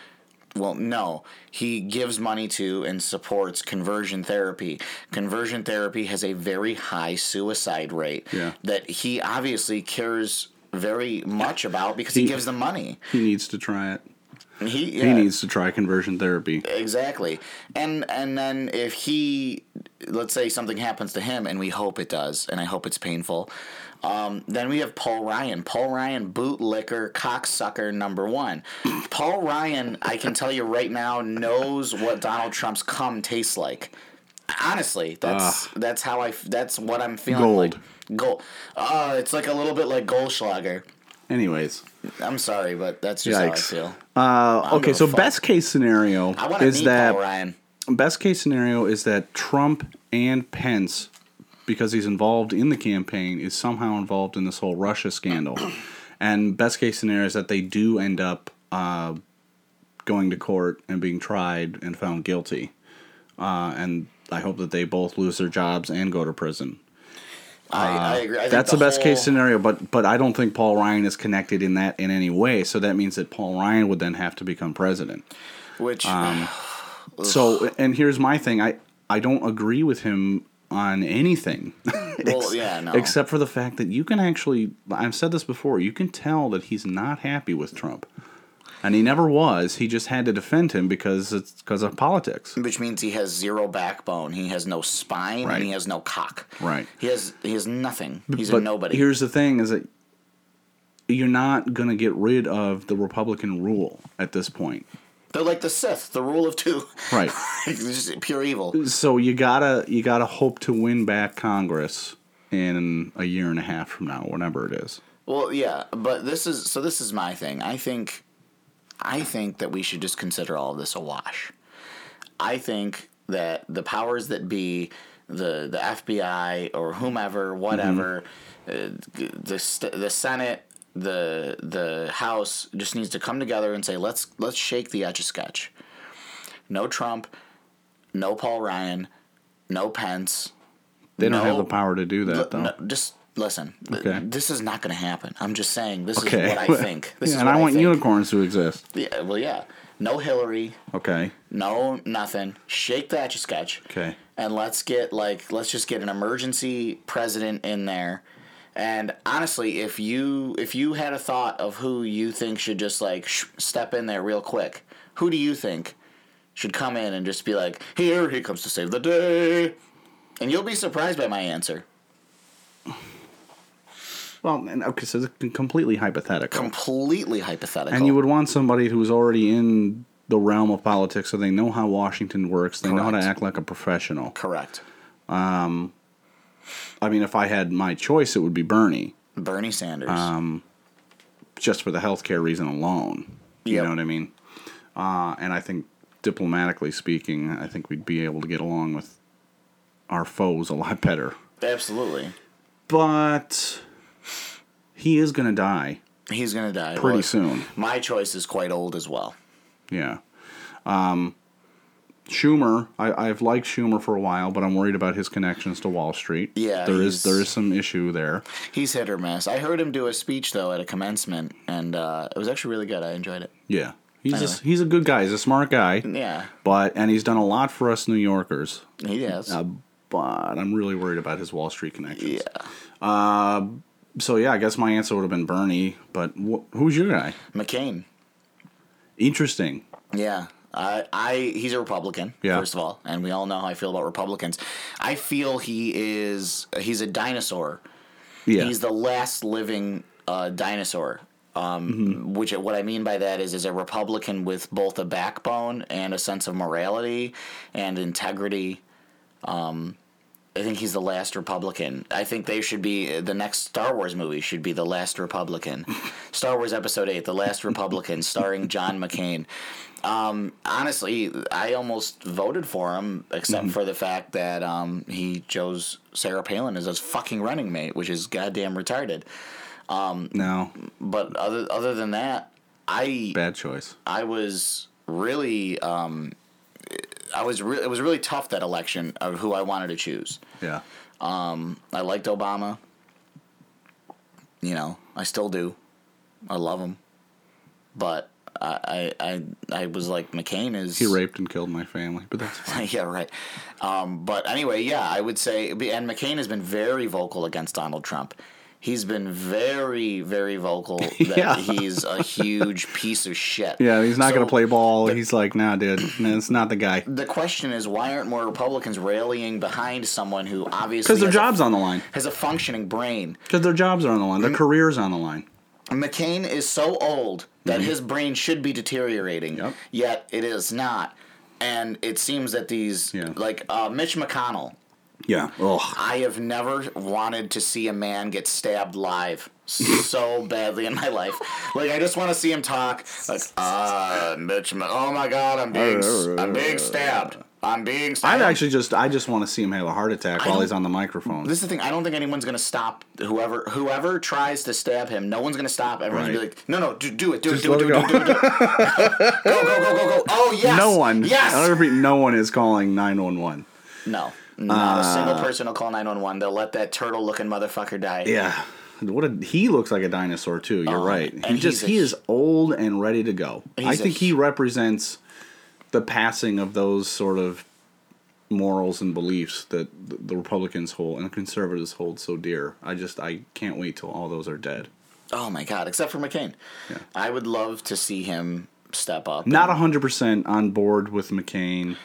Speaker 2: Well, no. He gives money to and supports conversion therapy. Conversion therapy has a very high suicide rate
Speaker 3: Yeah.
Speaker 2: that he obviously cares very much about because he,
Speaker 3: He-
Speaker 2: gives them money.
Speaker 3: He needs to try it.
Speaker 2: He,
Speaker 3: He
Speaker 2: yeah.
Speaker 3: needs to try conversion therapy.
Speaker 2: Exactly. And and then if he let's say something happens to him and we hope it does and I hope it's painful. Um, then we have Paul Ryan. Paul Ryan bootlicker cocksucker number 1. Paul Ryan, I can tell you right now knows what Donald Trump's cum tastes like. Honestly, that's that's how I f- that's what I'm feeling
Speaker 3: Gold.
Speaker 2: like. Gold. Uh, it's like a little bit like Goldschlager.
Speaker 3: Anyways.
Speaker 2: I'm sorry, but that's just
Speaker 3: Yikes.
Speaker 2: how I feel.
Speaker 3: Uh, okay,
Speaker 2: gonna
Speaker 3: so
Speaker 2: fuck.
Speaker 3: best case scenario
Speaker 2: I want to
Speaker 3: is
Speaker 2: meet
Speaker 3: that
Speaker 2: Paul Ryan.
Speaker 3: best case scenario is that Trump and Pence, because he's involved in the campaign, is somehow involved in this whole Russia scandal. and best case scenario is that they do end up uh, going to court and being tried and found guilty. Uh, and I hope that they both lose their jobs and go to prison.
Speaker 2: I, I agree. I think
Speaker 3: Uh, That's the, best case
Speaker 2: whole-
Speaker 3: scenario, but but I don't think Paul Ryan is connected in that in any way. So that means that Paul Ryan would then have to become president.
Speaker 2: Which
Speaker 3: Um, So and here's my thing. I I don't agree with him on anything.
Speaker 2: Well, yeah, no.
Speaker 3: Except for the fact that you can actually I've said this before, you can tell that he's not happy with Trump. And he never was. He just had to defend him because it's because of politics.
Speaker 2: which means he has zero backbone. He has no spine
Speaker 3: Right.
Speaker 2: and he has no cock.
Speaker 3: Right.
Speaker 2: He has he has nothing. He's a
Speaker 3: But
Speaker 2: nobody.
Speaker 3: Here's the thing is that you're not going to get rid of the Republican rule at this point.
Speaker 2: They're like the Sith, the rule of two.
Speaker 3: Right.
Speaker 2: It's just pure evil.
Speaker 3: so you gotta you gotta hope to win back Congress in a year and a half from now, whenever it is.
Speaker 2: Well, yeah, but this is so this is my thing. I think I think that we should just consider all of this a wash. I think that the powers that be, the the FBI or whomever, whatever, uh, the st- the Senate, the the House just needs to come together and say let's let's shake the etch a sketch. No Trump, no Paul Ryan, no Pence.
Speaker 3: They don't have
Speaker 2: No.
Speaker 3: the power to do that, though.
Speaker 2: No, just listen. Th-
Speaker 3: Okay.
Speaker 2: This is not going to happen. I'm just saying. This
Speaker 3: okay.
Speaker 2: is what I think. This
Speaker 3: yeah,
Speaker 2: is
Speaker 3: and
Speaker 2: what
Speaker 3: I want
Speaker 2: think.
Speaker 3: unicorns to exist.
Speaker 2: Yeah, well, yeah. No Hillary.
Speaker 3: Okay.
Speaker 2: No nothing. Shake that sketch.
Speaker 3: Okay.
Speaker 2: And let's get like let's just get an emergency president in there. And honestly, if you if you had a thought of who you think should just like sh- step in there real quick, who do you think should come in and just be like, "Here he comes to save the day," and you'll be surprised by my answer.
Speaker 3: Well, and, okay, so it's completely hypothetical.
Speaker 2: Completely hypothetical.
Speaker 3: and you would want somebody who's already in the realm of politics, so they know how Washington works. They know how to
Speaker 2: Correct.
Speaker 3: act like a professional.
Speaker 2: correct.
Speaker 3: I mean, if I had my choice, it would be Bernie,
Speaker 2: Bernie Sanders.
Speaker 3: Um, just for the healthcare reason alone. You
Speaker 2: Yep.
Speaker 3: know what I mean? Uh, and I think diplomatically speaking, I think we'd be able to get along with our foes a lot better.
Speaker 2: Absolutely.
Speaker 3: But he is going to die
Speaker 2: He's gonna die
Speaker 3: pretty
Speaker 2: Well,
Speaker 3: soon.
Speaker 2: My choice is quite old as well.
Speaker 3: Yeah. Um, Schumer, I, I've liked Schumer for a while, but I'm worried about his connections to Wall Street.
Speaker 2: Yeah,
Speaker 3: there is
Speaker 2: he's-
Speaker 3: there is some issue there.
Speaker 2: He's hit or miss. I heard him do a speech though at a commencement, and uh, it was actually really good. I enjoyed it.
Speaker 3: Yeah, he's
Speaker 2: Anyway.
Speaker 3: a, he's a good guy. He's a smart guy,
Speaker 2: Yeah,
Speaker 3: but and he's done a lot for us New Yorkers.
Speaker 2: he has.
Speaker 3: Uh, but I'm really worried about his Wall Street connections. Uh,
Speaker 2: yeah,
Speaker 3: So yeah, I guess my answer would have been Bernie. But wh- who's your guy?
Speaker 2: McCain.
Speaker 3: Interesting.
Speaker 2: Yeah. I, I he's a Republican,
Speaker 3: Yeah.
Speaker 2: first of all, and we all know how I feel about Republicans. I feel he is he's a dinosaur.
Speaker 3: Yeah.
Speaker 2: He's the last living uh, dinosaur. Um, Which what I mean by that is, is a Republican with both a backbone and a sense of morality and integrity. Um, I think he's the last Republican. I think they should be the next Star Wars movie should be the last Republican, Star Wars Episode Eight, the last Republican, starring John McCain. Um, honestly, I almost voted for him, except for the fact that um, he chose Sarah Palin as his fucking running mate, which is goddamn retarded.
Speaker 3: No,
Speaker 2: But other other than that, I
Speaker 3: bad choice.
Speaker 2: I was really um, I was re- it was really tough that election of who I wanted to choose.
Speaker 3: Yeah.
Speaker 2: I liked Obama. You know, I still do. I love him, but I I I, I was like McCain is
Speaker 3: He raped and killed my family, but that's fine.
Speaker 2: yeah right. Um, but anyway, yeah, I would say, and McCain has been very vocal against Donald Trump. He's been very very vocal that
Speaker 3: Yeah.
Speaker 2: he's a huge piece of shit.
Speaker 3: Yeah, he's not
Speaker 2: So
Speaker 3: going to play ball. he's like, nah, dude, no, it's not the guy.
Speaker 2: The question is, why aren't more Republicans rallying behind someone who obviously
Speaker 3: Because their
Speaker 2: has a-
Speaker 3: job's on the line.
Speaker 2: has a functioning brain?
Speaker 3: Because their jobs are on the line. Their career's on the line.
Speaker 2: McCain is so old that his brain should be deteriorating,
Speaker 3: Mm-hmm. Yep.
Speaker 2: yet it is not. And it seems that these,
Speaker 3: Yeah.
Speaker 2: like uh, Mitch McConnell,
Speaker 3: Yeah. Ugh.
Speaker 2: I have never wanted to see a man get stabbed live so badly in my life. Like I just want to see him talk like, "Ah, Mitch, Ma- oh my God, I'm being, s- I'm being stabbed, I'm being
Speaker 3: I'd
Speaker 2: stabbed."
Speaker 3: actually just, I just want to see him have a heart attack while he's on the microphone.
Speaker 2: This is the thing. I don't think anyone's gonna stop whoever whoever tries to stab him. No one's gonna stop. Everyone's gonna
Speaker 3: Right.
Speaker 2: be like, no, no, do, do it, do
Speaker 3: Just
Speaker 2: it, do it,
Speaker 3: let
Speaker 2: do
Speaker 3: it
Speaker 2: it, do it, do it, do it. go, go, go, go, go. Oh yes.
Speaker 3: no one. I
Speaker 2: Yes.
Speaker 3: repeat, no one is calling 911.
Speaker 2: No. Not a single person will call nine one one. They'll let that turtle looking motherfucker die.
Speaker 3: Ah. Yeah. What a, he looks like a dinosaur too. You're right.
Speaker 2: Oh, and
Speaker 3: He just
Speaker 2: he's a-
Speaker 3: he is old and ready to go. I
Speaker 2: He's a
Speaker 3: think he represents the passing of those sort of morals and beliefs that the the Republicans hold and conservatives hold so dear. I just I can't wait till all those are dead.
Speaker 2: Oh my god. Except for McCain. I would love to see him step up.
Speaker 3: Not 100% on board with McCain,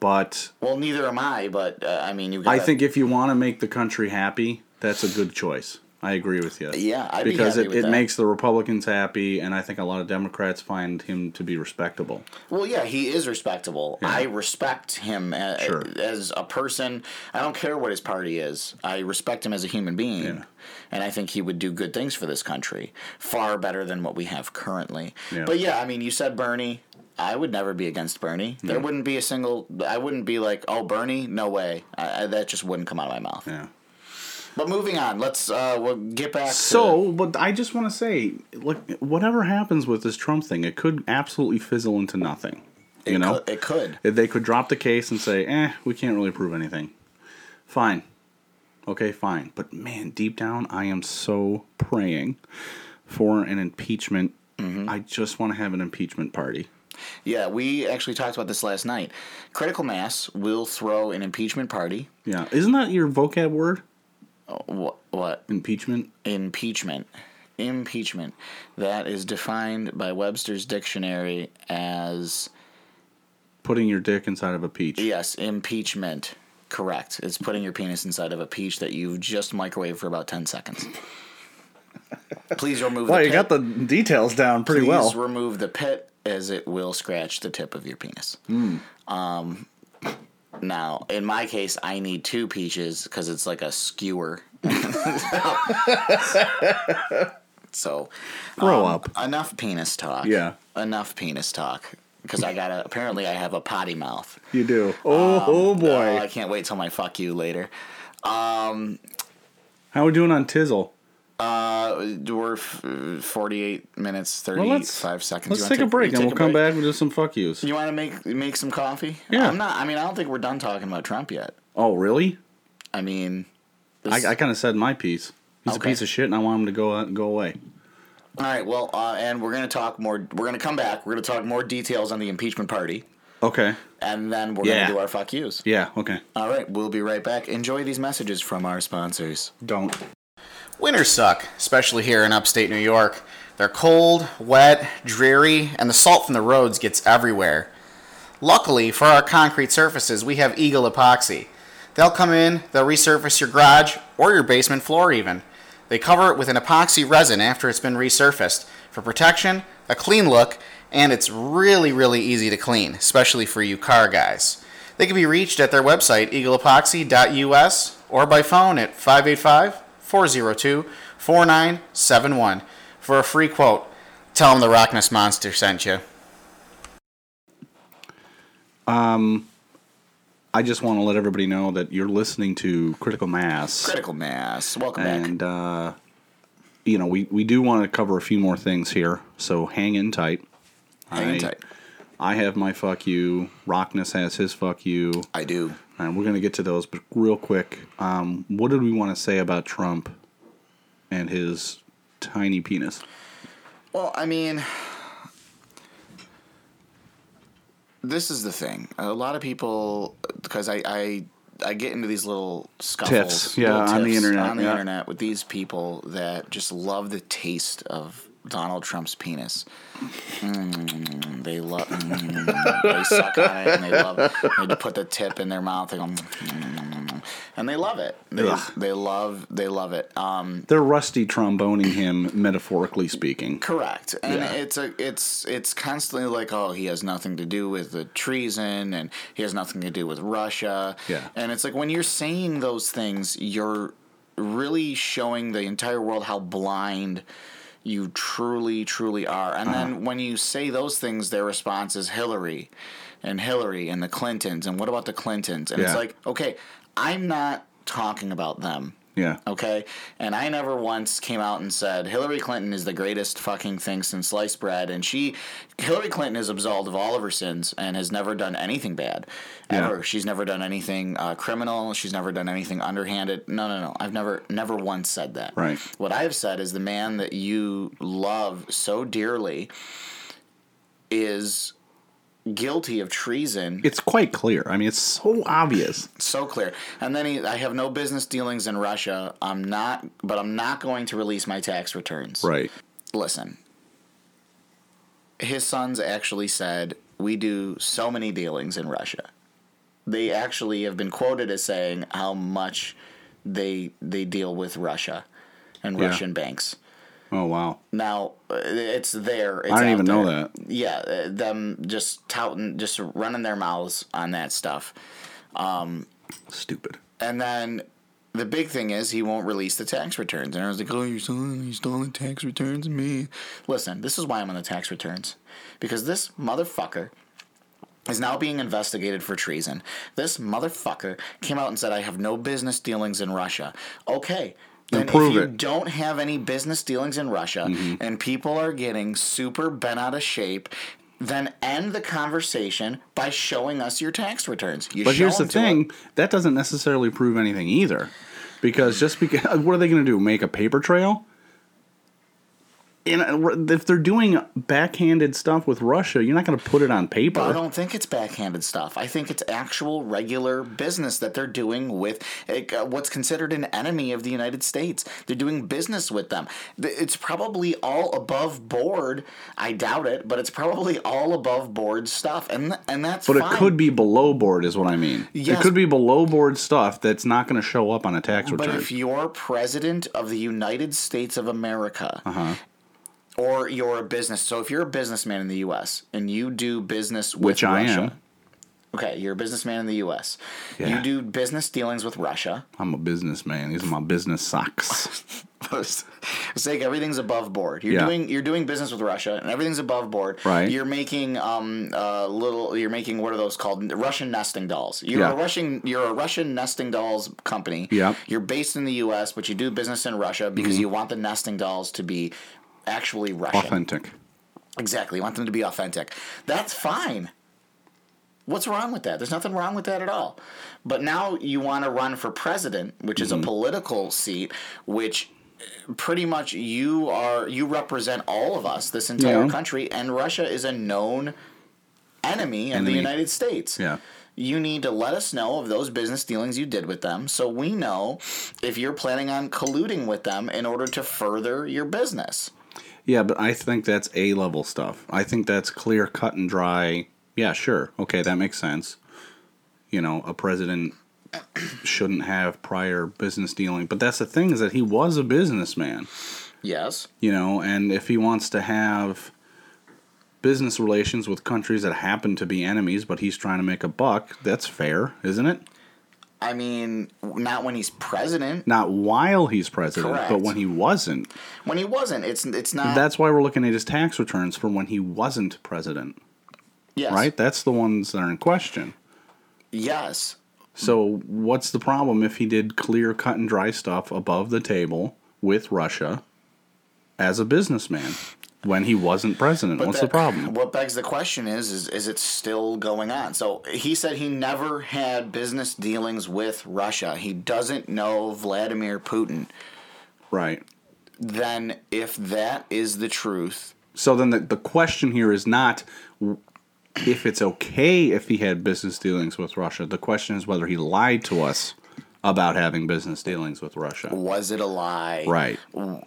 Speaker 3: but
Speaker 2: Well, neither am I. But uh, I mean, you. Got
Speaker 3: I think if you want to make the country happy, that's a good choice. I agree with you.
Speaker 2: Yeah, I'd be
Speaker 3: because
Speaker 2: happy
Speaker 3: it,
Speaker 2: with
Speaker 3: it
Speaker 2: that.
Speaker 3: makes the Republicans happy, and I think a lot of Democrats find him to be respectable.
Speaker 2: Well, yeah, he is respectable. I respect him as,
Speaker 3: Sure.
Speaker 2: as a person. I don't care what his party is. I respect him as a human being. And I think he would do good things for this country, far better than what we have currently.
Speaker 3: Yeah.
Speaker 2: But yeah, I mean, you said Bernie. I would never be against Bernie. There wouldn't be a single. I wouldn't be like, oh, Bernie, no way. I, I, that just wouldn't come out of my mouth.
Speaker 3: Yeah.
Speaker 2: But moving on, let's uh, we'll get back. to,
Speaker 3: So, but I just want to say, look, whatever happens with this Trump thing, it could absolutely fizzle into nothing. You
Speaker 2: it
Speaker 3: know,
Speaker 2: could- it could.
Speaker 3: If they could drop the case and say, "Eh, we can't really prove anything." Fine. Okay, fine. But man, deep down, I am so praying for an impeachment.
Speaker 2: Mm-hmm.
Speaker 3: I just want to have an impeachment party.
Speaker 2: Yeah, we actually talked about this last night. Critical mass will throw an impeachment party.
Speaker 3: Yeah, isn't that your vocab word?
Speaker 2: What? what?
Speaker 3: Impeachment.
Speaker 2: Impeachment. Impeachment. That is defined by Webster's dictionary as
Speaker 3: Putting your dick inside of a peach.
Speaker 2: yes, impeachment. Correct. It's putting your penis inside of a peach that you've just microwaved for about ten seconds. Please remove. the pit.
Speaker 3: Oh, the details down pretty
Speaker 2: Please remove the pit as it will scratch the tip of your penis.
Speaker 3: Hmm.
Speaker 2: Um, now, in my case, I need two peaches because it's like a skewer. so, um,
Speaker 3: Grow up.
Speaker 2: enough penis talk.
Speaker 3: Yeah.
Speaker 2: Enough penis talk. Because I got to, apparently, I have a potty mouth.
Speaker 3: You do. Oh, oh boy.
Speaker 2: Oh, I can't wait till my fuck you later.
Speaker 3: How we doing on Tizzle?
Speaker 2: Uh, we're f- 48 minutes, 35 seconds.
Speaker 3: Let's
Speaker 2: You wanna
Speaker 3: take a break
Speaker 2: you
Speaker 3: and
Speaker 2: take
Speaker 3: we'll
Speaker 2: a
Speaker 3: come
Speaker 2: break?
Speaker 3: back with just some fuck yous.
Speaker 2: You want to make make some coffee?
Speaker 3: Yeah.
Speaker 2: I'm not. I mean, I don't think we're done talking about Trump yet.
Speaker 3: Oh, really?
Speaker 2: I mean,
Speaker 3: I, I kind of said my piece. He's
Speaker 2: Okay.
Speaker 3: a piece of shit, and I want him to go out and go away.
Speaker 2: all right. Well, uh, and we're gonna talk more. We're gonna come back. We're gonna talk more details on the impeachment party,
Speaker 3: Okay.
Speaker 2: and then we're
Speaker 3: Yeah.
Speaker 2: gonna do our fuck yous.
Speaker 3: Yeah. Okay.
Speaker 2: All right. We'll be right back. Enjoy these messages from our sponsors.
Speaker 3: Don't.
Speaker 2: Winters suck, especially here in upstate New York. They're cold, wet, dreary, and the salt from the roads gets everywhere. Luckily, for our concrete surfaces, we have Eagle Epoxy. They'll come in, they'll resurface your garage or your basement floor, even. They cover it with an epoxy resin after it's been resurfaced for protection, a clean look, and it's really, really easy to clean, especially for you car guys.
Speaker 1: They can be reached at their website, eagleepoxy.us, or by phone at 585 402 4971 for a free quote. Tell them the Rockness Monster sent you.
Speaker 3: I just want to let everybody know that you're listening to Critical Mass.
Speaker 2: Critical mass. Welcome back.
Speaker 3: and uh, you know we, we do want to cover a few more things here so hang in tight
Speaker 2: Hang in
Speaker 3: I-
Speaker 2: tight.
Speaker 3: i have my fuck you rockness has his fuck you
Speaker 2: I do.
Speaker 3: and we're going to get to those but real quick um, what did we want to say about trump and his tiny penis
Speaker 2: Well, I mean, this is the thing. A lot of people, because I, I, I get into these little scuffles,
Speaker 3: Tiffs, yeah,
Speaker 2: little
Speaker 3: on the
Speaker 2: tiffs
Speaker 3: internet,
Speaker 2: on the
Speaker 3: yeah.
Speaker 2: internet with these people that just love the taste of Donald Trump's penis. Mm, they love, mm, they suck on it, and they love. They put the tip in their mouth, they go, mm, and they love it. They,
Speaker 3: Ugh.
Speaker 2: they love, they love it. Um,
Speaker 3: they're rusty tromboning him metaphorically speaking
Speaker 2: Correct, and
Speaker 3: Yeah.
Speaker 2: it's a it's it's constantly like, oh, he has nothing to do with the treason, and he has nothing to do with Russia.
Speaker 3: Yeah.
Speaker 2: and it's like when you're saying those things, you're really showing the entire world how blind you truly, truly are. And
Speaker 3: Uh-huh.
Speaker 2: then when you say those things, their response is Hillary, and Hillary, and the Clintons, and what about the Clintons? And it's
Speaker 3: Yeah.
Speaker 2: like, okay, I'm not talking about them
Speaker 3: yeah
Speaker 2: okay? And I never once came out and said Hillary Clinton is the greatest fucking thing since sliced bread, and she, Hillary Clinton is absolved of all of her sins and has never done anything bad,
Speaker 3: Yeah.
Speaker 2: ever. She's never done anything uh, criminal. She's never done anything underhanded. No, no, no. I've never, never once said that.
Speaker 3: Right.
Speaker 2: What I have said is the man that you love so dearly is guilty of treason
Speaker 3: it's quite clear i mean it's so obvious
Speaker 2: so clear. And then he, I have no business dealings in Russia. I'm not, but I'm not going to release my tax returns.
Speaker 3: right
Speaker 2: Listen, his sons actually said, "We do so many dealings in Russia." They actually have been quoted as saying how much they they deal with Russia and
Speaker 3: Yeah.
Speaker 2: Russian banks.
Speaker 3: oh wow
Speaker 2: Now uh, it's there. It's
Speaker 3: i didn't
Speaker 2: out
Speaker 3: even know
Speaker 2: there
Speaker 3: that
Speaker 2: yeah, uh, them just touting, just running their mouths on that stuff.
Speaker 3: stupid
Speaker 2: And then the big thing is he won't release the tax returns. And everyone's like, oh, you're stealing, you're stealing tax returns? Me. Listen, this is why I'm on the tax returns. Because this motherfucker is now being investigated for treason. This motherfucker came out and said, I have no business dealings in Russia. Okay. Then
Speaker 3: Then prove
Speaker 2: if you
Speaker 3: it. Mm-hmm.
Speaker 2: don't have any business dealings in Russia and people are getting super bent out of shape, then end the conversation by showing us your tax returns. You
Speaker 3: But
Speaker 2: show
Speaker 3: here's the
Speaker 2: them to us.
Speaker 3: thing: that doesn't necessarily prove anything either, because just because what are they going to do? Make a paper trail? And if they're doing backhanded stuff with Russia, you're not going to put it on paper.
Speaker 2: I don't think it's backhanded stuff. I think it's actual regular business that they're doing with uh, what's considered an enemy of the United States. They're doing business with them. Th- It's probably all above board. I doubt it, but it's probably all above board stuff, and and that's.
Speaker 3: but
Speaker 2: fine.
Speaker 3: it could be below board, is what I mean.
Speaker 2: Yes.
Speaker 3: It could be below board stuff that's not going to show up on a tax
Speaker 2: But
Speaker 3: return.
Speaker 2: if you're president of the United States of America,
Speaker 3: Uh-huh.
Speaker 2: or you're a business, so if you're a businessman in the U.S. and you do business with
Speaker 3: Which I
Speaker 2: Russia,
Speaker 3: am.
Speaker 2: okay, you're a businessman in the U.S.
Speaker 3: Yeah.
Speaker 2: You do business dealings with Russia.
Speaker 3: I'm a businessman. These are my business socks.
Speaker 2: It's like everything's above board. You're
Speaker 3: Yeah.
Speaker 2: doing you're doing business with Russia, and everything's above board.
Speaker 3: Right.
Speaker 2: You're making um uh little. You're making what are those called? Russian nesting dolls. You're
Speaker 3: Yeah.
Speaker 2: a Russian. You're a Russian nesting dolls company.
Speaker 3: Yep.
Speaker 2: You're based in the U.S., but you do business in Russia because you want the nesting dolls to be actually Russian.
Speaker 3: Mm-hmm. Authentic.
Speaker 2: Exactly. You want them to be authentic. That's fine. What's wrong with that? There's nothing wrong with that at all. But now you want to run for president, which is a
Speaker 3: Mm-hmm.
Speaker 2: political seat, which uh, pretty much you are you represent all of us, this entire
Speaker 3: Yeah.
Speaker 2: country, and Russia is a known enemy of the
Speaker 3: Enemy.
Speaker 2: United States
Speaker 3: Yeah.
Speaker 2: you need to let us know of those business dealings you did with them so we know if you're planning on colluding with them in order to further your business.
Speaker 3: Yeah, but I think that's A level stuff. I think that's clear, cut, and dry. Yeah, sure. Okay, that makes sense. You know, a president shouldn't have prior business dealing. But that's the thing is that he was a businessman,
Speaker 2: Yes.
Speaker 3: you know, and if he wants to have business relations with countries that happen to be enemies, but he's trying to make a buck. That's fair, isn't it?
Speaker 2: I mean, not when he's president.
Speaker 3: Not while he's president, but
Speaker 2: Correct.
Speaker 3: when he wasn't.
Speaker 2: When he wasn't, it's it's not.
Speaker 3: That's why we're looking at his tax returns from when he wasn't president,
Speaker 2: yes.
Speaker 3: right? That's the ones that are in question.
Speaker 2: Yes.
Speaker 3: So, what's the problem if he did clear, cut, and dry stuff above the table with Russia as a businessman when he wasn't president?
Speaker 2: But
Speaker 3: what's
Speaker 2: that-
Speaker 3: the problem?
Speaker 2: What begs the question is, is is it still going on? So he said he never had business dealings with Russia. He doesn't know Vladimir Putin.
Speaker 3: Right.
Speaker 2: Then, if that is the truth,
Speaker 3: So, then the, the question here is not w- if it's okay if he had business dealings with Russia. The question is whether he lied to us about having business dealings with Russia.
Speaker 2: was it a lie?
Speaker 3: Right.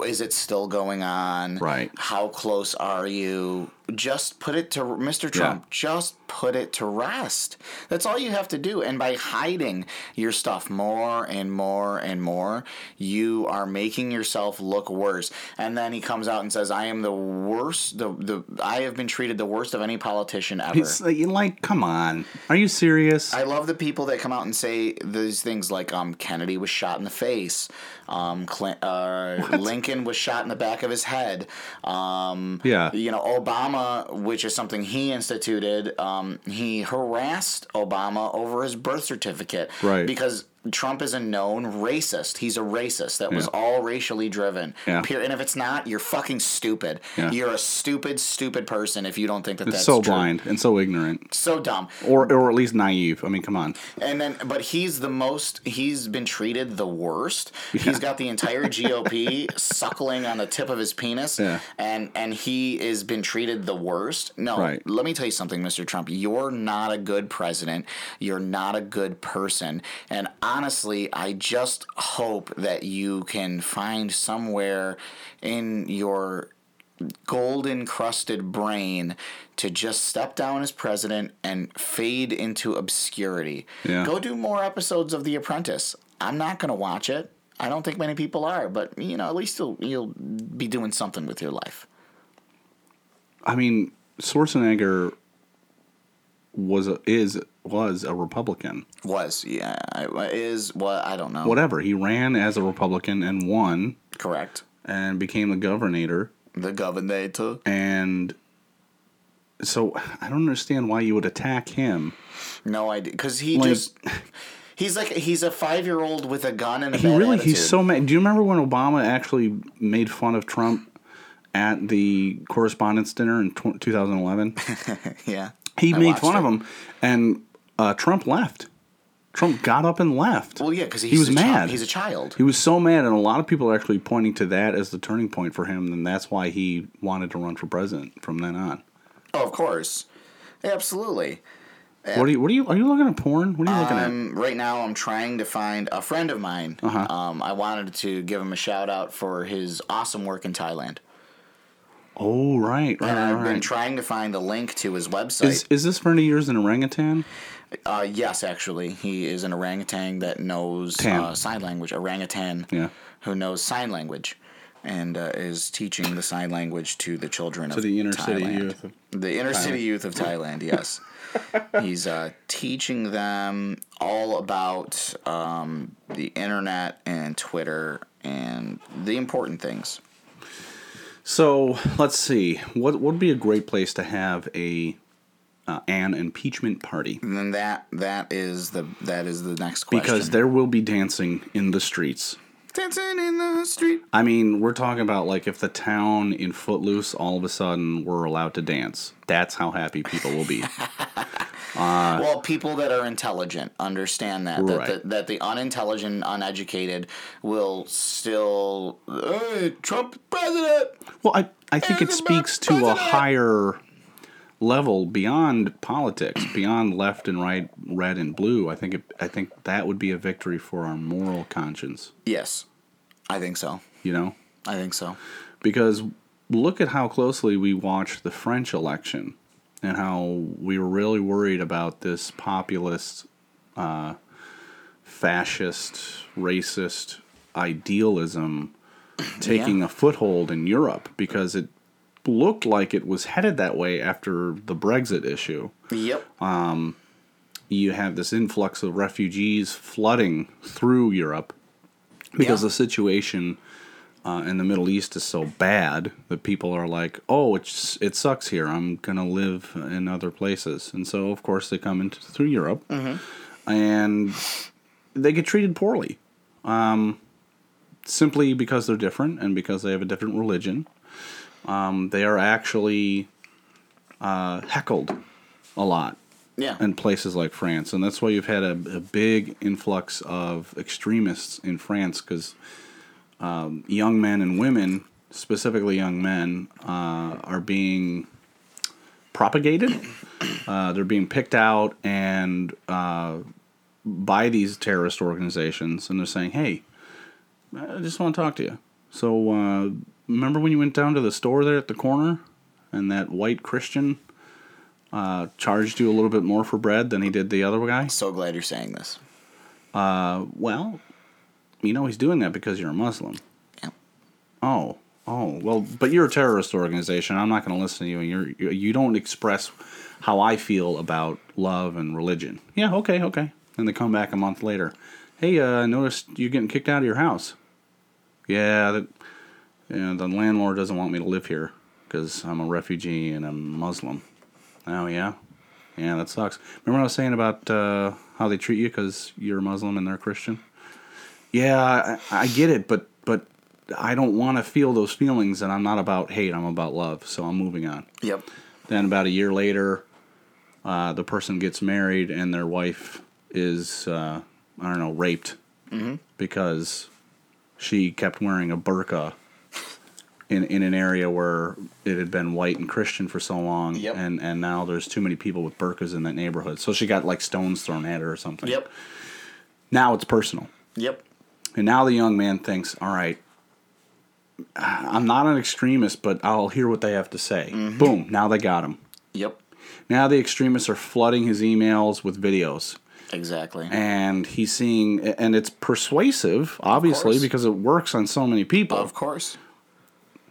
Speaker 2: Is it still going on?
Speaker 3: Right.
Speaker 2: How close are you? Just put it to Mr. Trump.
Speaker 3: Yeah.
Speaker 2: Just put it to rest. That's all you have to do. And by hiding your stuff more and more and more, you are making yourself look worse. And then he comes out and says, "I am the worst. The the I have been treated the worst of any politician ever."
Speaker 3: It's like, like, come on. Are you serious?
Speaker 2: I love the people that come out and say these things like um, Kennedy was shot in the face, um, Clint, uh, Lincoln was shot in the back of his head. Um,
Speaker 3: Yeah.
Speaker 2: You know, Obama, which is something he instituted, um, he harassed Obama over his birth certificate.
Speaker 3: Right.
Speaker 2: Because Trump is a known racist. He's a racist that was
Speaker 3: Yeah.
Speaker 2: all racially driven.
Speaker 3: Yeah.
Speaker 2: Period. And if it's not, you're fucking stupid.
Speaker 3: Yeah.
Speaker 2: You're a stupid, stupid person if you don't think that
Speaker 3: it's
Speaker 2: that's
Speaker 3: so
Speaker 2: true.
Speaker 3: blind and so ignorant.
Speaker 2: So dumb.
Speaker 3: Or, or at least naive. I mean, come on.
Speaker 2: And then, but he's the most. He's been treated the worst. He's got the entire GOP suckling on the tip of his penis,
Speaker 3: Yeah.
Speaker 2: and and he is been treated the worst. No,
Speaker 3: Right.
Speaker 2: let me tell you something, Mr. Trump. You're not a good president. You're not a good person. And honestly, I just hope that you can find somewhere in your gold encrusted brain to just step down as president and fade into obscurity.
Speaker 3: Yeah.
Speaker 2: Go do more episodes of The Apprentice. I'm not going to watch it. I don't think many people are, but you know, at least you'll, you'll be doing something with your life.
Speaker 3: I mean, Schwarzenegger was a, is was a Republican.
Speaker 2: Was yeah I- is what I don't know.
Speaker 3: Whatever he ran as a Republican and won
Speaker 2: Correct.
Speaker 3: and became the governor,
Speaker 2: The governor.
Speaker 3: and so I don't understand why you would attack him.
Speaker 2: No idea, because he
Speaker 3: Like-
Speaker 2: just he's like he's a five year old with a gun and a
Speaker 3: He
Speaker 2: bad
Speaker 3: really
Speaker 2: attitude.
Speaker 3: he's so mad. Do you remember when Obama actually made fun of Trump at the correspondence dinner in tw 2011?
Speaker 2: yeah.
Speaker 3: He
Speaker 2: I
Speaker 3: made
Speaker 2: watched
Speaker 3: fun of
Speaker 2: it.
Speaker 3: him, and uh, Trump left. Trump got up and left.
Speaker 2: Well, yeah, because
Speaker 3: he was
Speaker 2: a chi-
Speaker 3: mad.
Speaker 2: he's a child.
Speaker 3: He was so mad, and a lot of people are actually pointing to that as the turning point for him, and that's why he wanted to run for president from then on.
Speaker 2: oh, of course, absolutely.
Speaker 3: What are you? What are you? Are you looking at porn? What are you looking at?
Speaker 2: I'm right now. I'm trying to find a friend of mine.
Speaker 3: Uh-huh.
Speaker 2: Um, I wanted to give him a shout out for his awesome work in Thailand,
Speaker 3: Oh, right,
Speaker 2: and
Speaker 3: right, right.
Speaker 2: I've been
Speaker 3: right.
Speaker 2: trying to find a link to his website.
Speaker 3: Is is this friend of yours an orangutan?
Speaker 2: uh, yes, actually, he is an orangutan that knows
Speaker 3: Tan.
Speaker 2: uh, sign language. Orangutan,
Speaker 3: Yeah.
Speaker 2: who knows sign language, and uh, is teaching the sign language to the children
Speaker 3: To
Speaker 2: of
Speaker 3: the inner city
Speaker 2: Thailand.
Speaker 3: youth of
Speaker 2: the inner city youth of Thailand. Yes, he's uh, teaching them all about um, the internet and Twitter and the important things.
Speaker 3: So let's see. What would be a great place to have a uh, an impeachment party?
Speaker 2: And then that that is the that is the next question.
Speaker 3: Because there will be dancing in the streets.
Speaker 2: dancing in the street.
Speaker 3: I mean, we're talking about like if the town in Footloose all of a sudden were allowed to dance. That's how happy people will be.
Speaker 2: well, people that are intelligent understand that that,
Speaker 3: Right.
Speaker 2: the, that the unintelligent, uneducated will still "Hey, Trump president.
Speaker 3: well, I I think it
Speaker 2: Isn't that
Speaker 3: speaks to a
Speaker 2: president?
Speaker 3: higher level beyond politics, beyond left and right, red and blue. I think it, I think that would be a victory for our moral conscience,
Speaker 2: Yes, I think so.
Speaker 3: you know?
Speaker 2: I think so.
Speaker 3: Because look at how closely we watched the French election and how we were really worried about this populist uh, fascist, racist idealism taking a foothold in Europe because it looked like it was headed that way after the Brexit issue.
Speaker 2: Yep.
Speaker 3: You have this influx of refugees flooding through Europe because
Speaker 2: Yeah.
Speaker 3: the situation uh, in the Middle East is so bad that people are like, "Oh, it's it sucks here. I'm gonna live in other places," and so of course they come into through Europe, and they get treated poorly, um, simply because they're different and because they have a different religion. Um, they are actually uh, heckled a lot
Speaker 2: yeah.
Speaker 3: in places like France, and that's why you've had a, a big influx of extremists in France because um, young men and women, specifically young men, uh, are being propagated. Uh, they're being picked out and uh, by these terrorist organizations, and they're saying, "Hey, I just want to talk to you." So uh, remember when you went down to the store there at the corner, and that white Christian uh, charged you a little bit more for bread than he did the other guy?
Speaker 2: so glad you're saying this.
Speaker 3: Well, you know he's doing that because you're a Muslim.
Speaker 2: Yeah.
Speaker 3: Oh, oh, well, but you're a terrorist organization. I'm not going to listen to you, and you're you- you don't express how I feel about love and religion. Yeah, okay, okay. And they come back a month later. Hey, uh, I noticed you're getting kicked out of your house. Yeah, that, you know, the landlord doesn't want me to live here because I'm a refugee and I'm Muslim. Oh yeah, yeah, that sucks. Remember what I was saying about uh, how they treat you because you're a Muslim and they're Christian? Yeah, I, I get it, but but I don't want to feel those feelings, and I'm not about hate. I'm about love, so I'm moving on.
Speaker 2: Yep.
Speaker 3: Then about a year later, uh, the person gets married, and their wife is uh, I don't know raped
Speaker 2: Mm-hmm.
Speaker 3: because she kept wearing a burqa in in an area where it had been white and Christian for so long,
Speaker 2: Yep.
Speaker 3: and and now there's too many people with burqas in that neighborhood, so she got like stones thrown at her or something.
Speaker 2: Yep.
Speaker 3: Now it's personal.
Speaker 2: Yep.
Speaker 3: And now the young man thinks, all right, I'm not an extremist, but I'll hear what they have to say.
Speaker 2: Mm-hmm.
Speaker 3: Boom, now they got him.
Speaker 2: Yep.
Speaker 3: Now the extremists are flooding his emails with videos.
Speaker 2: Exactly.
Speaker 3: And he's seeing, and it's persuasive, obviously,
Speaker 2: course.
Speaker 3: because it works on so many people.
Speaker 2: of course.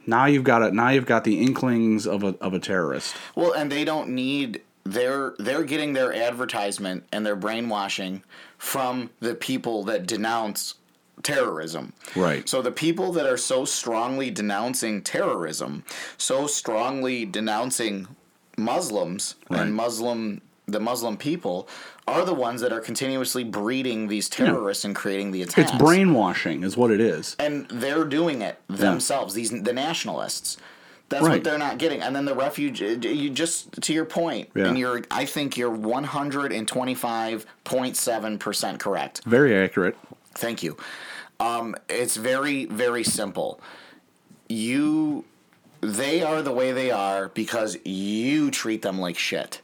Speaker 3: now you've got it. Now you've got the inklings of a of a terrorist.
Speaker 2: Well, and they don't need they're they're getting their advertisement and their brainwashing from the people that denounce terrorism.
Speaker 3: Right.
Speaker 2: So the people that are so strongly denouncing terrorism, so strongly denouncing Muslims
Speaker 3: Right.
Speaker 2: and Muslim the Muslim people are the ones that are continuously breeding these terrorists and creating the attacks.
Speaker 3: It's brainwashing, is what it is.
Speaker 2: and they're doing it themselves. These the nationalists. That's
Speaker 3: Right.
Speaker 2: what they're not getting. And then the refuge. uh, You just to your point,
Speaker 3: Yeah.
Speaker 2: and you're. I think you're one hundred and twenty five point seven percent correct.
Speaker 3: Very accurate.
Speaker 2: Thank you. Um, it's very very simple. You, they are the way they are because you treat them like shit.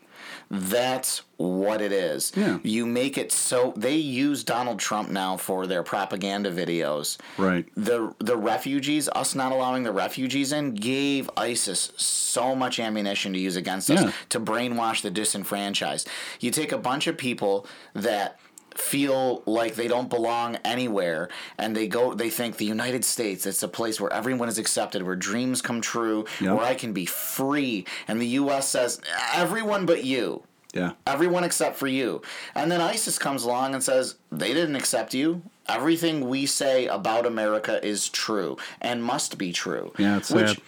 Speaker 2: That's what it is.
Speaker 3: Yeah.
Speaker 2: You make it so they use Donald Trump now for their propaganda videos
Speaker 3: Right.
Speaker 2: the the refugees, us not allowing the refugees in, gave ISIS so much ammunition to use against us
Speaker 3: Yeah.
Speaker 2: to brainwash the disenfranchised. You take a bunch of people that feel like they don't belong anywhere and they go they think the United States it's a place where everyone is accepted where dreams come true
Speaker 3: Yep.
Speaker 2: where I can be free and the US says everyone but you
Speaker 3: Yeah.
Speaker 2: everyone except for you. And then ISIS comes along and says, they didn't accept you. Everything we say about America is true and must be true.
Speaker 3: Yeah, it's
Speaker 2: which
Speaker 3: sad.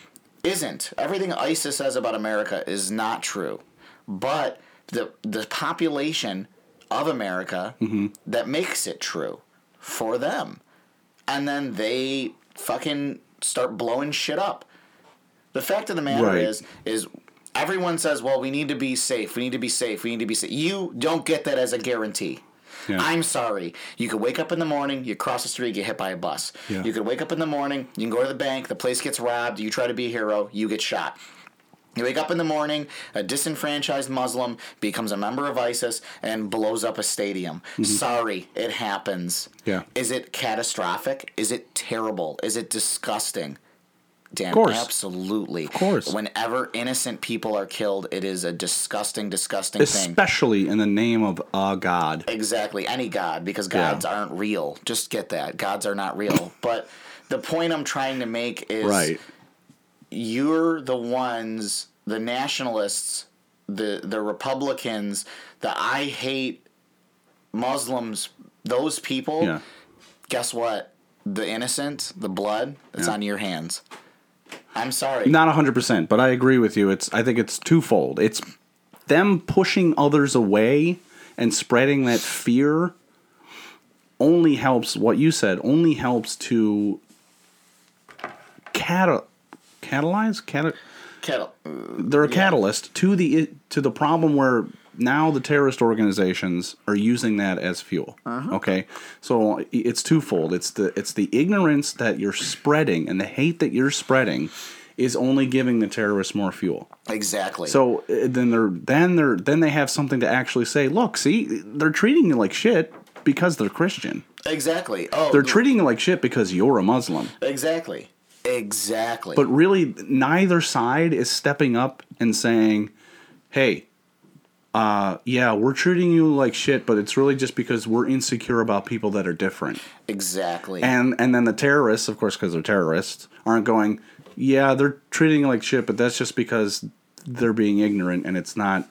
Speaker 2: isn't. Everything ISIS says about America is not true. But the the population of America
Speaker 3: Mm-hmm.
Speaker 2: that makes it true for them. And then they fucking start blowing shit up. The fact of the matter
Speaker 3: Right.
Speaker 2: is, is everyone says, "Well, we need to be safe. We need to be safe. We need to be safe." You don't get that as a guarantee.
Speaker 3: Yeah.
Speaker 2: I'm sorry. You could wake up in the morning, you cross the street, get hit by a bus.
Speaker 3: Yeah.
Speaker 2: You could wake up in the morning, you can go to the bank, the place gets robbed, you try to be a hero, you get shot. You wake up in the morning, a disenfranchised Muslim becomes a member of ISIS and blows up a stadium. Sorry, it happens.
Speaker 3: Mm-hmm. Yeah.
Speaker 2: Is it catastrophic? Is it terrible? Is it disgusting? Damn,
Speaker 3: course.
Speaker 2: absolutely. Of
Speaker 3: course.
Speaker 2: Whenever innocent people are killed, it is a disgusting, disgusting thing.
Speaker 3: Especially in the name of a god.
Speaker 2: Exactly. Any god, because gods aren't real. Just get that. Gods are not real. but the point I'm trying to make is
Speaker 3: Right.
Speaker 2: you're the ones, the nationalists, the the Republicans, the I hate Muslims, those people.
Speaker 3: Yeah.
Speaker 2: Guess what? The innocent, the blood, it's on your hands. I'm sorry.
Speaker 3: Not 100%, but I agree with you. It's I think it's twofold. It's them pushing others away and spreading that fear only helps what you said, only helps to cata- catalyze cata-
Speaker 2: Kettle.
Speaker 3: they're a catalyst to the to the problem where now the terrorist organizations are using that as fuel. Okay, so i- it's twofold. It's the it's the ignorance that you're spreading and the hate that you're spreading is only giving the terrorists more fuel.
Speaker 2: Exactly.
Speaker 3: So uh, then they're then they're then they have something to actually say. Look, see, they're treating you like shit because they're Christian.
Speaker 2: exactly. Oh,
Speaker 3: They're treating you like shit because you're a Muslim.
Speaker 2: exactly. Exactly.
Speaker 3: But really, neither side is stepping up and saying, "Hey, uh, yeah, we're treating you like shit, but it's really just because we're insecure about people that are different."
Speaker 2: exactly.
Speaker 3: And and then the terrorists, of course, because they're terrorists, aren't going, "Yeah, they're treating you like shit, but that's just because they're being ignorant and it's not."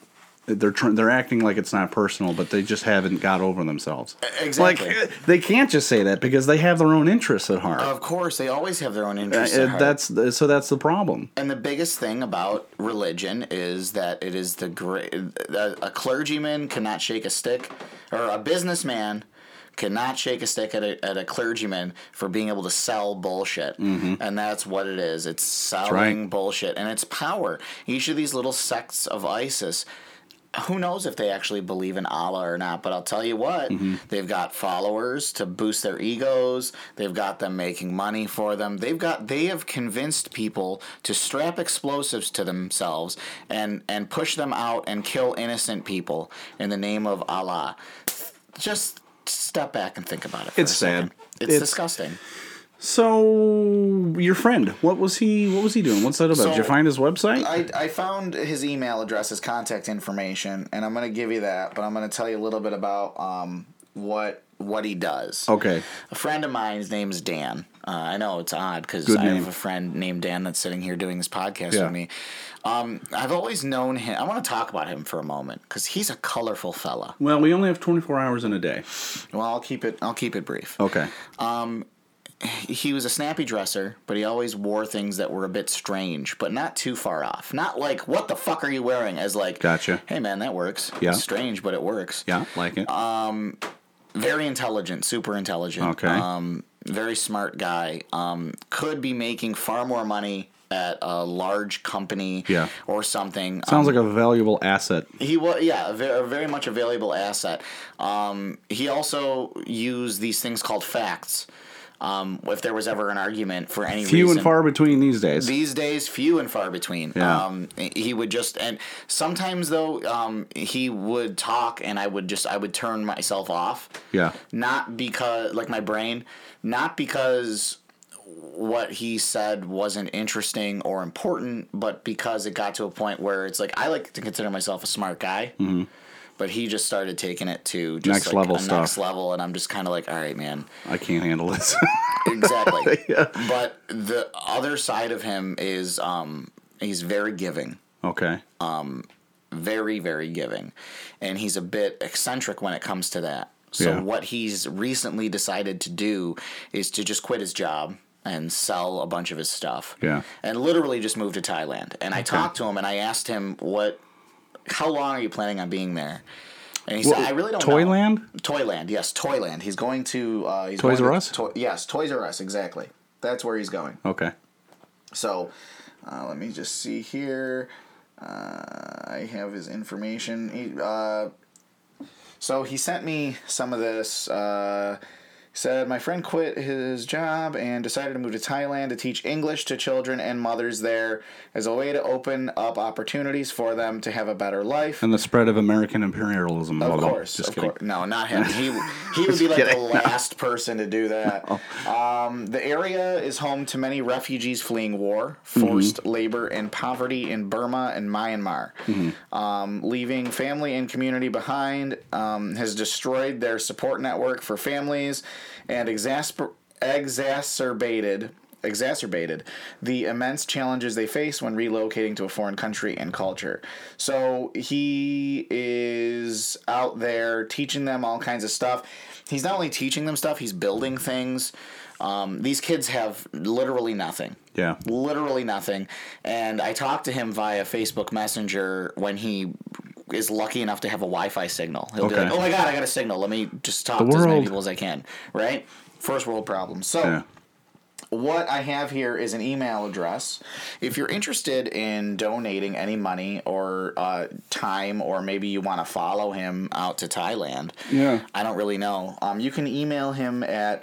Speaker 3: They're tr- they're acting like it's not personal, but they just haven't got over themselves.
Speaker 2: exactly.
Speaker 3: Like eh, they can't just say that because they have their own interests at heart.
Speaker 2: of course, they always have their own interests.
Speaker 3: Uh,
Speaker 2: at heart.
Speaker 3: that's the- so that's the problem.
Speaker 2: And the biggest thing about religion is that it is the great. A, a clergyman cannot shake a stick, or a businessman cannot shake a stick at a, at a clergyman for being able to sell bullshit. And that's what it is. It's selling
Speaker 3: Mm-hmm. right.
Speaker 2: bullshit, and it's power. Each of these little sects of ISIS. Who knows if they actually believe in Allah or not, but I'll tell you what,
Speaker 3: Mm-hmm.
Speaker 2: they've got followers to boost their egos. They've got them making money for them. They've got they have convinced people to strap explosives to themselves and and push them out and kill innocent people in the name of Allah. Just step back and think about it. for
Speaker 3: It's
Speaker 2: a second.
Speaker 3: sad.
Speaker 2: It's,
Speaker 3: It's-
Speaker 2: disgusting.
Speaker 3: So your friend, what was he? What was he doing? What's that about? Did you
Speaker 2: So,
Speaker 3: find his website?
Speaker 2: I, I found his email address, his contact information, and I'm going to give you that, but I'm going to tell you a little bit about um, what what he does.
Speaker 3: okay,
Speaker 2: A friend of mine, his name's Dan. Uh, I know it's odd because
Speaker 3: Good
Speaker 2: I
Speaker 3: name.
Speaker 2: have a friend named Dan that's sitting here doing this podcast
Speaker 3: Yeah.
Speaker 2: with me. Um, I've always known him. I want to talk about him for a moment because he's a colorful fella.
Speaker 3: well we only have twenty four hours in a day.
Speaker 2: Well, I'll keep it. I'll keep it brief.
Speaker 3: Okay,
Speaker 2: he was a snappy dresser, but he always wore things that were a bit strange, but not too far off. Not like what the fuck are you wearing? As like,
Speaker 3: Gotcha.
Speaker 2: Hey man, that works.
Speaker 3: Yeah.
Speaker 2: It's strange, but it works.
Speaker 3: yeah, like it.
Speaker 2: Um, Very intelligent, super intelligent.
Speaker 3: Okay.
Speaker 2: Um, very smart guy. Um, could be making far more money at a large company.
Speaker 3: Yeah.
Speaker 2: Or something. Um,
Speaker 3: Sounds like a valuable asset.
Speaker 2: He was, yeah, a very, very much a valuable asset. Um, he also used these things called facts. Um, if there was ever an argument for any
Speaker 3: Few
Speaker 2: reason,
Speaker 3: and far between these days.
Speaker 2: these days few and far between
Speaker 3: Yeah.
Speaker 2: um he would just and sometimes though um he would talk and i would just i would turn myself off
Speaker 3: yeah,
Speaker 2: not because like my brain not because what he said wasn't interesting or important but because it got to a point where it's like i like to consider myself a smart guy but he just started taking it to just
Speaker 3: Mm-hmm. Next
Speaker 2: like
Speaker 3: level
Speaker 2: a
Speaker 3: stuff.
Speaker 2: next level and i'm just kind of like all right man
Speaker 3: I can't handle this.
Speaker 2: exactly. But the other side of him is um, he's very giving,
Speaker 3: okay,
Speaker 2: very very giving, and he's a bit eccentric when it comes to that. So
Speaker 3: Yeah.
Speaker 2: what he's recently decided to do is to just quit his job and sell a bunch of his stuff.
Speaker 3: Yeah.
Speaker 2: And literally just move to Thailand. And I talked to him and I asked him what how long are you planning on being there? And he said, I really don't know.
Speaker 3: Toyland.
Speaker 2: Toyland, yes, Toyland. He's going to uh, he's
Speaker 3: Toys
Speaker 2: going
Speaker 3: R
Speaker 2: to
Speaker 3: Us?
Speaker 2: Toy- yes, Toys R Us, exactly. That's where he's going.
Speaker 3: Okay,
Speaker 2: So uh, let me just see here. Uh, I have his information. He, uh, so he sent me some of this. Uh, said my friend quit his job and decided to move to Thailand to teach English to children and mothers there as a way to open up opportunities for them to have a better life.
Speaker 3: and the spread of American imperialism.
Speaker 2: Of
Speaker 3: Blah, blah.
Speaker 2: course,
Speaker 3: just
Speaker 2: of
Speaker 3: kidding.
Speaker 2: course. No, not him. He he would be like the last person to do that. Um, the area is home to many refugees fleeing war, forced
Speaker 3: Mm-hmm.
Speaker 2: labor, and poverty in Burma and Myanmar. Um, leaving family and community behind um, has destroyed their support network for families and exasper- exacerbated exacerbated the immense challenges they face when relocating to a foreign country and culture. So he is out there teaching them all kinds of stuff. He's not only teaching them stuff, he's building things. Um, these kids have literally nothing
Speaker 3: Yeah.
Speaker 2: literally nothing. And I talked to him via Facebook Messenger when he is lucky enough to have a Wi-Fi signal. He'll be
Speaker 3: Okay.
Speaker 2: like, "Oh my god, I got a signal. Let me just talk to as many
Speaker 3: world.
Speaker 2: people as I can." Right? First world problem. So
Speaker 3: Yeah.
Speaker 2: what I have here is an email address. If you're interested in donating any money or uh, time, or maybe you want to follow him out to Thailand,
Speaker 3: Yeah.
Speaker 2: I don't really know. Um, you can email him at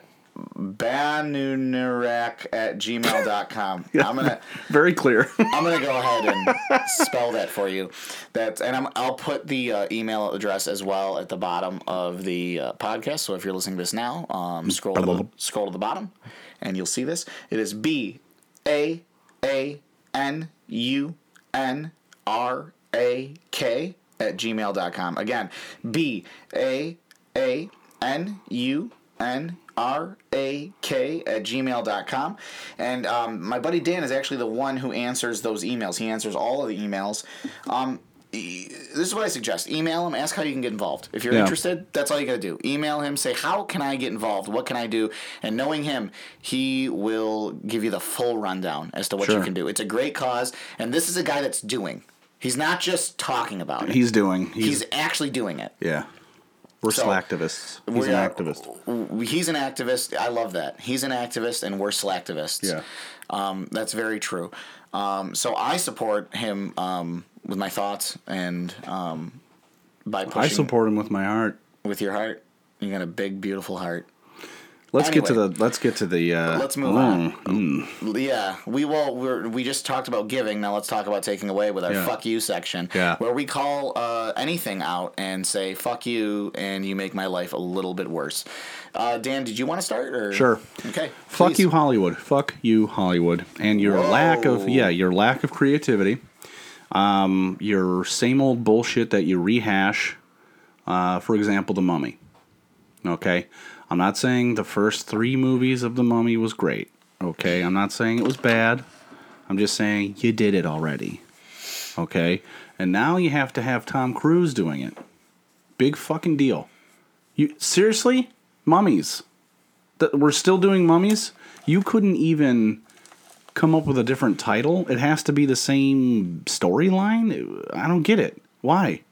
Speaker 2: banunarak at gmail.com. I'm gonna
Speaker 3: Very clear.
Speaker 2: I'm gonna go ahead and spell that for you. That's and I'm, I'll put the uh, email address as well at the bottom of the uh, podcast. So if you're listening to this now, um, scroll to the, scroll to the bottom, and you'll see this. It is B A A N U N R A K at gmail.com. Again, B A A N U N R A K at gmail.com. And um, my buddy Dan is actually the one who answers those emails. He answers all of the emails. Um, e- this is what I suggest email him, ask how you can get involved. If you're
Speaker 3: Yeah.
Speaker 2: interested, that's all you got to do. Email him, say, How can I get involved? What can I do? And knowing him, he will give you the full rundown as to what you
Speaker 3: Sure.
Speaker 2: can do. It's a great cause. And this is a guy that's doing, he's not just talking about it,
Speaker 3: he's doing. He's,
Speaker 2: he's actively doing it.
Speaker 3: yeah. We're
Speaker 2: So,
Speaker 3: slacktivists. He's
Speaker 2: we
Speaker 3: an
Speaker 2: are-
Speaker 3: activist.
Speaker 2: w- He's an activist. I love that. He's an activist, and we're selectivists.
Speaker 3: Yeah.
Speaker 2: um, that's very true. Um, so I support him um, with my thoughts and um, by pushing
Speaker 3: I support him with my heart.
Speaker 2: with your heart. You got a big, beautiful heart.
Speaker 3: Let's get to the.
Speaker 2: Anyway.
Speaker 3: Let's get to the. Uh,
Speaker 2: Let's move on. Yeah, we will. We're, we just talked about giving. Now let's talk about taking away with our
Speaker 3: Yeah.
Speaker 2: "fuck you" section,
Speaker 3: Yeah.
Speaker 2: where we call uh, anything out and say "fuck you" and you make my life a little bit worse. Uh, Dan, did you want to start? Or?
Speaker 3: Sure.
Speaker 2: Okay.
Speaker 3: Fuck
Speaker 2: please.
Speaker 3: you, Hollywood. Fuck you, Hollywood. And your lack of
Speaker 2: Whoa.
Speaker 3: yeah, your lack of creativity. Um, your same old bullshit that you rehash. Uh, for example, The Mummy. Okay, I'm not saying the first three movies of The Mummy was great. Okay, I'm not saying it was bad. I'm just saying you did it already. Okay, and now you have to have Tom Cruise doing it. Big fucking deal. You seriously, mummies? That we're still doing mummies. You couldn't even come up with a different title. It has to be the same storyline. I don't get it. Why?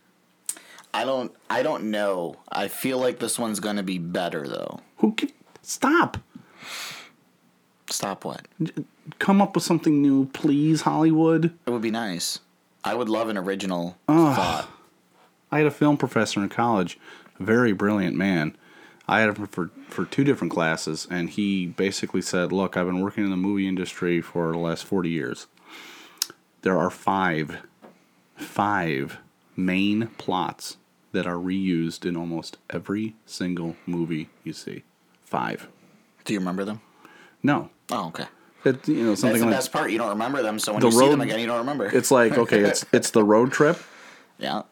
Speaker 2: I don't. I don't know. I feel like this one's gonna be better though.
Speaker 3: Who? Can, stop.
Speaker 2: Stop. What?
Speaker 3: Come up with something new, please, Hollywood.
Speaker 2: It would be nice. I would love an original thought.
Speaker 3: I had a film professor in college, a very brilliant man. I had him for, for two different classes, and he basically said, Look, I've been working in the movie industry for the last 40 years. There are five, five main plots that are reused in almost every single movie you see. Five.
Speaker 2: Do you remember them?
Speaker 3: No.
Speaker 2: Oh, okay.
Speaker 3: It, you know,
Speaker 2: That's
Speaker 3: something
Speaker 2: the
Speaker 3: like
Speaker 2: best part. You don't remember them, so when
Speaker 3: The
Speaker 2: you see them
Speaker 3: road-
Speaker 2: again, you don't remember.
Speaker 3: it's like okay, it's it's the road trip
Speaker 2: yeah,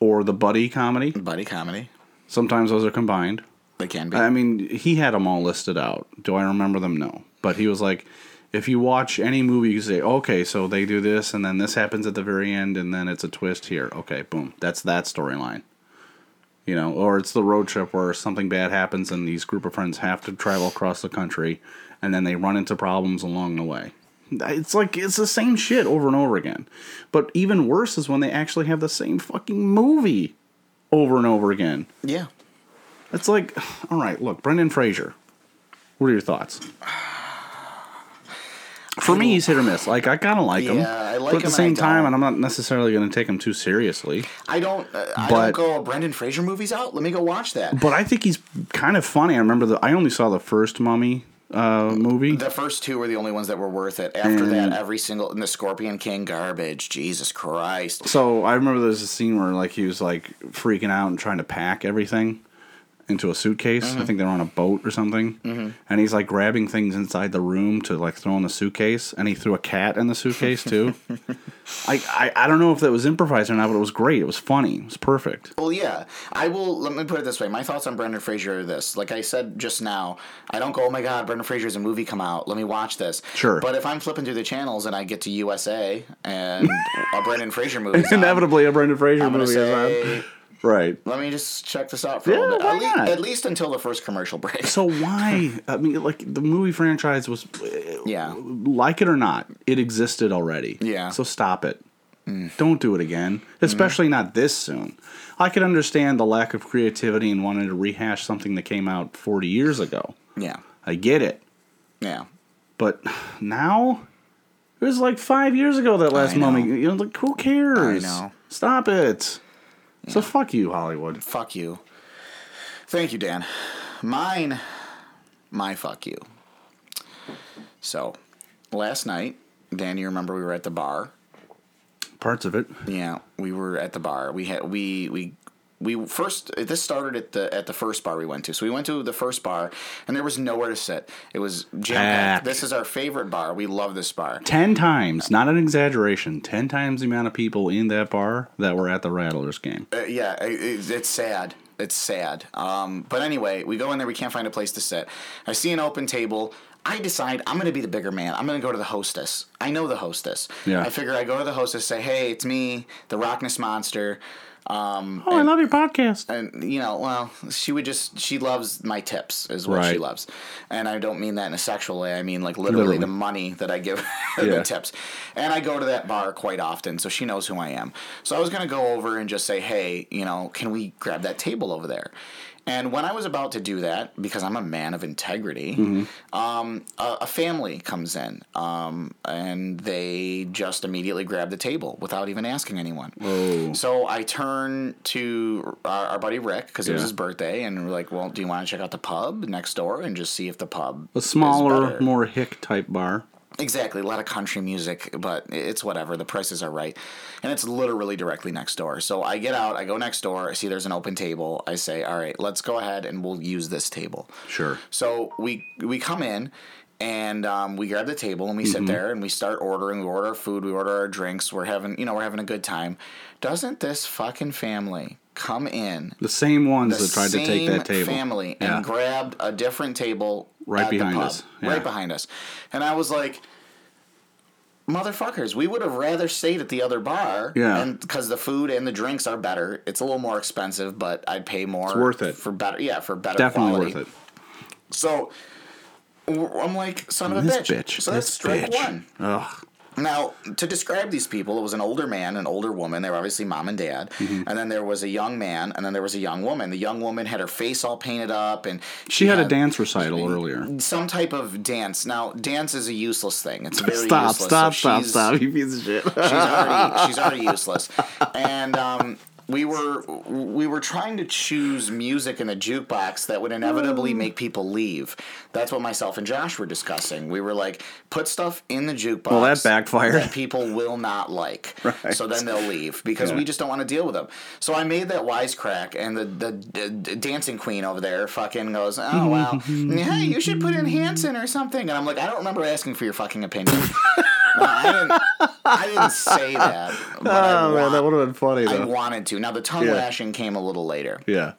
Speaker 3: or the buddy comedy.
Speaker 2: buddy comedy.
Speaker 3: Sometimes those are combined.
Speaker 2: They can be.
Speaker 3: I mean, he had them all listed out. Do I remember them? No. But he was like, if you watch any movie, you say, okay, so they do this, and then this happens at the very end, and then it's a twist here. Okay, boom. That's that storyline. You know, or it's the road trip where something bad happens, and these group of friends have to travel across the country, and then they run into problems along the way. It's like it's the same shit over and over again. But even worse is when they actually have the same fucking movie over and over again.
Speaker 2: yeah.
Speaker 3: It's like, all right, look, Brendan Fraser. What are your thoughts? For me, he's hit or miss. Like I kind of like him,
Speaker 2: Yeah, I like
Speaker 3: but at
Speaker 2: him and
Speaker 3: the
Speaker 2: I
Speaker 3: same time,
Speaker 2: don't.
Speaker 3: and I'm not necessarily going to take him too seriously.
Speaker 2: I don't. Uh, I
Speaker 3: But-
Speaker 2: don't go. "Oh, Brendan Fraser movies out. Let me go watch that.
Speaker 3: But I think he's kind of funny. I remember the I only saw the first Mummy uh, movie.
Speaker 2: the first two were the only ones that were worth it. After that,
Speaker 3: Mm.
Speaker 2: every single and the Scorpion King garbage. Jesus Christ.
Speaker 3: So I remember there was a scene where like he was like freaking out and trying to pack everything into a suitcase.
Speaker 2: Mm-hmm.
Speaker 3: I think they're on a boat or something, and he's like grabbing things inside the room to like throw in the suitcase, and he threw a cat in the suitcase too. I, I I don't know if that was improvised or not, but it was great. It was funny. It was perfect.
Speaker 2: Well, yeah. I will. Let me put it this way. My thoughts on Brendan Fraser are this. Like I said just now, I don't go, oh my God, Brendan Fraser's a movie come out. Let me watch this.
Speaker 3: Sure.
Speaker 2: But if I'm flipping through the channels and I get to USA and a Brendan Fraser movie,
Speaker 3: Inevitably, a Brendan Fraser
Speaker 2: I'm gonna
Speaker 3: movie is
Speaker 2: say,
Speaker 3: on. Right.
Speaker 2: let me just check this out for a
Speaker 3: Yeah,
Speaker 2: little bit.
Speaker 3: why
Speaker 2: At, lea-
Speaker 3: not?
Speaker 2: at least until the first commercial break.
Speaker 3: So why? I mean, like the movie franchise was,
Speaker 2: yeah.
Speaker 3: like it or not, it existed already.
Speaker 2: Yeah. Mm.
Speaker 3: So stop it. Don't do it again, especially not this soon. I could understand the lack of creativity and wanting to rehash something that came out 40 years ago.
Speaker 2: Yeah.
Speaker 3: I get it.
Speaker 2: Yeah.
Speaker 3: But now, it was like five years ago that last
Speaker 2: I know.
Speaker 3: mummy. You know, like who cares?
Speaker 2: I know.
Speaker 3: Stop it. So fuck you, Hollywood.
Speaker 2: Fuck you. Thank you, Dan. Mine, my fuck you. So, last night, Dan, you remember we were at the bar.
Speaker 3: Parts of it.
Speaker 2: Yeah, we were at the bar. We had we we we first this started at the at the first bar we went to. So we went to the first bar and there was nowhere to sit. It was jam packed.
Speaker 3: Packed.
Speaker 2: This is our favorite bar. We love this bar.
Speaker 3: Ten times, not an exaggeration. Ten times the amount of people in that bar that were at the Rattlers game.
Speaker 2: Uh, yeah, it, it, it's sad. It's sad. Um, but anyway, we go in there. We can't find a place to sit. I see an open table. I decide I'm going to be the bigger man. I'm going to go to the hostess. I know the hostess.
Speaker 3: Yeah.
Speaker 2: I figure I go to the hostess, say, "Hey, it's me, the Rockness Monster." Um,
Speaker 3: Oh, I love your podcast.
Speaker 2: and you know, well, she would just she loves my tips is what she
Speaker 3: Right.
Speaker 2: loves, and I don't mean that in a sexual way. I mean like literally,
Speaker 3: Literally.
Speaker 2: the money that I give her the
Speaker 3: Yeah.
Speaker 2: tips, and I go to that bar quite often, so she knows who I am. So I was gonna go over and just say, hey, you know, can we grab that table over there? And when I was about to do that, because I'm a man of integrity,
Speaker 3: Mm-hmm.
Speaker 2: um, a, a family comes in, um, and they just immediately grab the table without even asking anyone.
Speaker 3: Whoa.
Speaker 2: So I turn to our, our buddy Rick because it was
Speaker 3: Yeah.
Speaker 2: his birthday, and we're like, "Well, do you want to check out the pub next door and just see if the pub
Speaker 3: A
Speaker 2: is better?"
Speaker 3: smaller, more hick type bar.
Speaker 2: exactly a lot of country music, but it's whatever. The prices are right, and it's literally directly next door. So I get out, I go next door, I see there's an open table. I say, "All right, let's go ahead and we'll use this table."
Speaker 3: Sure.
Speaker 2: So we we come in and um, we grab the table and we
Speaker 3: Mm-hmm.
Speaker 2: sit there and we start ordering. We order our food, we order our drinks. We're having you know we're having a good time. Doesn't this fucking family come in?
Speaker 3: The same ones
Speaker 2: The
Speaker 3: that tried to take
Speaker 2: same
Speaker 3: that table.
Speaker 2: family and
Speaker 3: Yeah.
Speaker 2: grabbed a different table
Speaker 3: Right
Speaker 2: at the
Speaker 3: behind
Speaker 2: pub,
Speaker 3: us. Yeah.
Speaker 2: right behind us, and I was like. Motherfuckers, we would have rather stayed at the other bar,
Speaker 3: Yeah.
Speaker 2: because the food and the drinks are better. It's a little more expensive, but I'd pay more. It's
Speaker 3: worth it.
Speaker 2: for better, yeah, for better
Speaker 3: Definitely
Speaker 2: quality.
Speaker 3: worth it.
Speaker 2: So w- I'm like, son of a
Speaker 3: This
Speaker 2: bitch.
Speaker 3: bitch.
Speaker 2: So that's
Speaker 3: This
Speaker 2: strike
Speaker 3: bitch.
Speaker 2: one.
Speaker 3: Ugh.
Speaker 2: Now, to describe these people, it was an older man, an older woman. They were obviously mom and dad.
Speaker 3: Mm-hmm.
Speaker 2: And then there was a young man, and then there was a young woman. The young woman had her face all painted up, and
Speaker 3: She had a dance recital earlier.
Speaker 2: Some type of dance. Now, dance is a useless thing. It's very
Speaker 3: Stop,
Speaker 2: useless. So
Speaker 3: stop, stop,
Speaker 2: she's-
Speaker 3: stop, you piece of shit.
Speaker 2: She's already, she's already useless. And um, we were we were trying to choose music in the jukebox that would
Speaker 3: Mm.
Speaker 2: inevitably make people leave. That's what myself and Josh were discussing. We were like, put stuff in the jukebox.
Speaker 3: Well, that backfired.
Speaker 2: That people will not like.
Speaker 3: Right.
Speaker 2: So then they'll leave because we just don't want to deal with them. So I made that wisecrack, and the the, the, the dancing queen over there fucking goes, oh wow, hey, you should put in Hanson or something. And I'm like, I don't remember asking for your fucking opinion. No, I didn't. I didn't say that. But I,
Speaker 3: Oh, man,
Speaker 2: want-
Speaker 3: that would have been funny,
Speaker 2: I
Speaker 3: though.
Speaker 2: wanted to. Now the tongue
Speaker 3: Yeah.
Speaker 2: lashing came a little later.
Speaker 3: Yeah.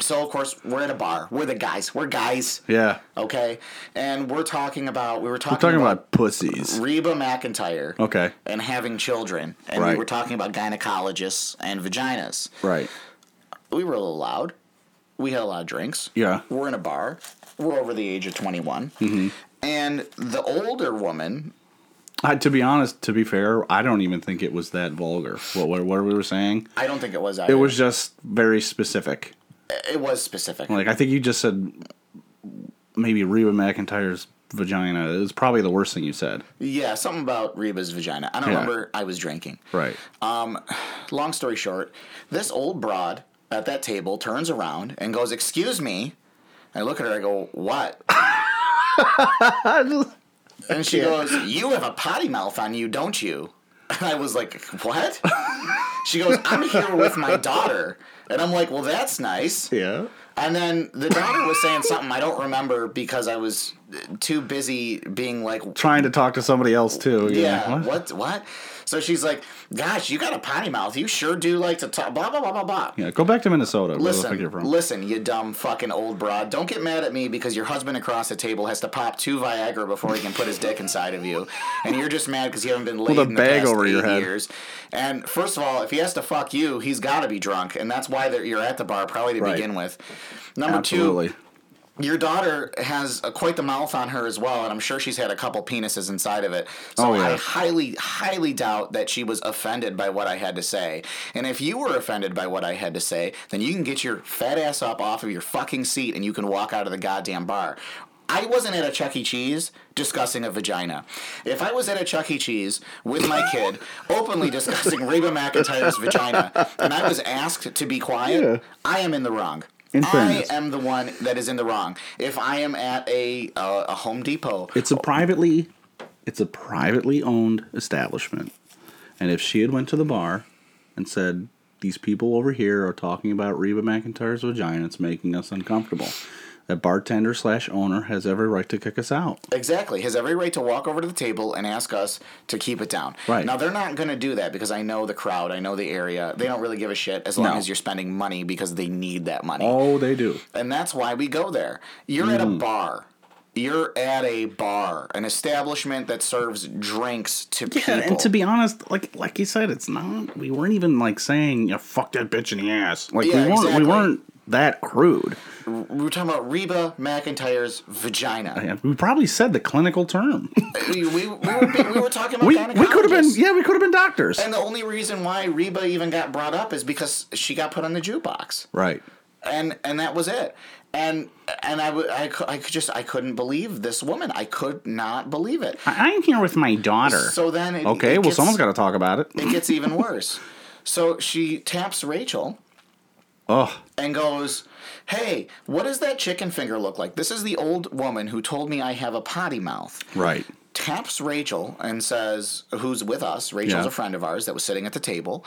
Speaker 2: So of course we're at a bar. We're the guys. We're guys.
Speaker 3: Yeah.
Speaker 2: Okay. And we're talking about. We were talking,
Speaker 3: Talking
Speaker 2: about,
Speaker 3: about pussies.
Speaker 2: Reba McIntyre.
Speaker 3: Okay.
Speaker 2: And having children. And we
Speaker 3: Right.
Speaker 2: were talking about gynecologists and vaginas.
Speaker 3: Right.
Speaker 2: We were a little loud. We had a lot of drinks.
Speaker 3: Yeah.
Speaker 2: We're in a bar. We're over the age of twenty Mm-hmm. And the older woman
Speaker 3: I, to be honest, to be fair, I don't even think it was that vulgar. What, what, what we were saying,
Speaker 2: I don't think it was.
Speaker 3: it was just very specific.
Speaker 2: It was specific.
Speaker 3: Like I think you just said, maybe Reba McIntyre's vagina. It was probably the worst thing you said.
Speaker 2: Yeah, something about Reba's vagina. I don't
Speaker 3: Yeah.
Speaker 2: remember. I was drinking.
Speaker 3: Right.
Speaker 2: Long story short, this old broad at that table turns around and goes, "Excuse me." I look at her. I go, "What?"
Speaker 3: Uh,
Speaker 2: and she goes, "You have a potty mouth on you, don't you?" And I was like, "What?" she goes, "I'm here with my daughter," and I'm like, "Well, that's nice."
Speaker 3: yeah.
Speaker 2: And then the daughter was saying something I don't remember because I was uh, too busy being like
Speaker 3: Trying to talk to somebody else too. You're
Speaker 2: Yeah.
Speaker 3: like, what?
Speaker 2: What? What? So she's like, "Gosh, you got a potty mouth. You sure do like to talk." Blah blah blah blah blah.
Speaker 3: Yeah, go back to Minnesota. Where the fuck
Speaker 2: Listen,
Speaker 3: you're from?
Speaker 2: listen, you dumb fucking old broad. Don't get mad at me because your husband across the table has to pop two Viagra before he can put his dick inside of you, and you're just mad because you haven't been laid
Speaker 3: a
Speaker 2: in the
Speaker 3: bag
Speaker 2: past
Speaker 3: over your
Speaker 2: eight
Speaker 3: head.
Speaker 2: years. And first of all, if he has to fuck you, he's got to be drunk, and that's why they're- you're at the bar probably to
Speaker 3: Right.
Speaker 2: begin with. Number
Speaker 3: Absolutely.
Speaker 2: two, your daughter has uh, quite the mouth on her as well, and I'm sure she's had a couple penises inside of it. So
Speaker 3: Oh, yeah.
Speaker 2: I highly, highly doubt that she was offended by what I had to say. And if you were offended by what I had to say, then you can get your fat ass up off of your fucking seat and you can walk out of the goddamn bar. I wasn't at a Chuck E. Cheese discussing a vagina. If I was at a Chuck E. Cheese with my kid, openly discussing Reba McIntyre's vagina, and I was asked to be quiet,
Speaker 3: Yeah.
Speaker 2: I am in the wrong.
Speaker 3: In
Speaker 2: I
Speaker 3: fairness.
Speaker 2: am the one that is in the wrong. If I am at a uh, a Home Depot,
Speaker 3: It's a privately, it's a privately owned establishment, and if she had went to the bar and said, "These people over here are talking about Reba McIntyre's vagina. It's making us uncomfortable," that bartender slash owner has every right to kick us out.
Speaker 2: exactly has every right to walk over to the table and ask us to keep it down.
Speaker 3: Right.
Speaker 2: now, they're not going to do that because I know the crowd, I know the area. They don't really give a shit as long
Speaker 3: No.
Speaker 2: as you're spending money because they need that money.
Speaker 3: Oh, they do.
Speaker 2: and that's why we go there. You're at a
Speaker 3: Mm.
Speaker 2: bar. You're at a bar, an establishment that serves drinks to people.
Speaker 3: Yeah, and to be honest, like like you said, it's not. We weren't even like saying you fuck that bitch in the ass. Like
Speaker 2: Yeah,
Speaker 3: we weren't.
Speaker 2: exactly.
Speaker 3: We weren't that crude.
Speaker 2: we were talking about Reba McIntyre's vagina.
Speaker 3: And we probably said the clinical term.
Speaker 2: We, we, we, were, we were talking about
Speaker 3: we we could have been.
Speaker 2: gynecologists.
Speaker 3: Yeah, we could have been doctors.
Speaker 2: And the only reason why Reba even got brought up is because she got put on the jukebox,
Speaker 3: right.
Speaker 2: and and that was it. And and I would I cou- I could just I couldn't believe this woman. I could not believe it.
Speaker 3: I, I'm here with my daughter.
Speaker 2: So then it,
Speaker 3: okay,
Speaker 2: it
Speaker 3: well,
Speaker 2: gets-
Speaker 3: someone's got to talk about it.
Speaker 2: it gets even worse. So she taps Rachel
Speaker 3: Oh,
Speaker 2: and goes, "Hey, what does that chicken finger look like? This is the old woman who told me I have a potty mouth."
Speaker 3: right.
Speaker 2: taps Rachel and says, who's with us, Rachel's
Speaker 3: Yeah.
Speaker 2: a friend of ours that was sitting at the table,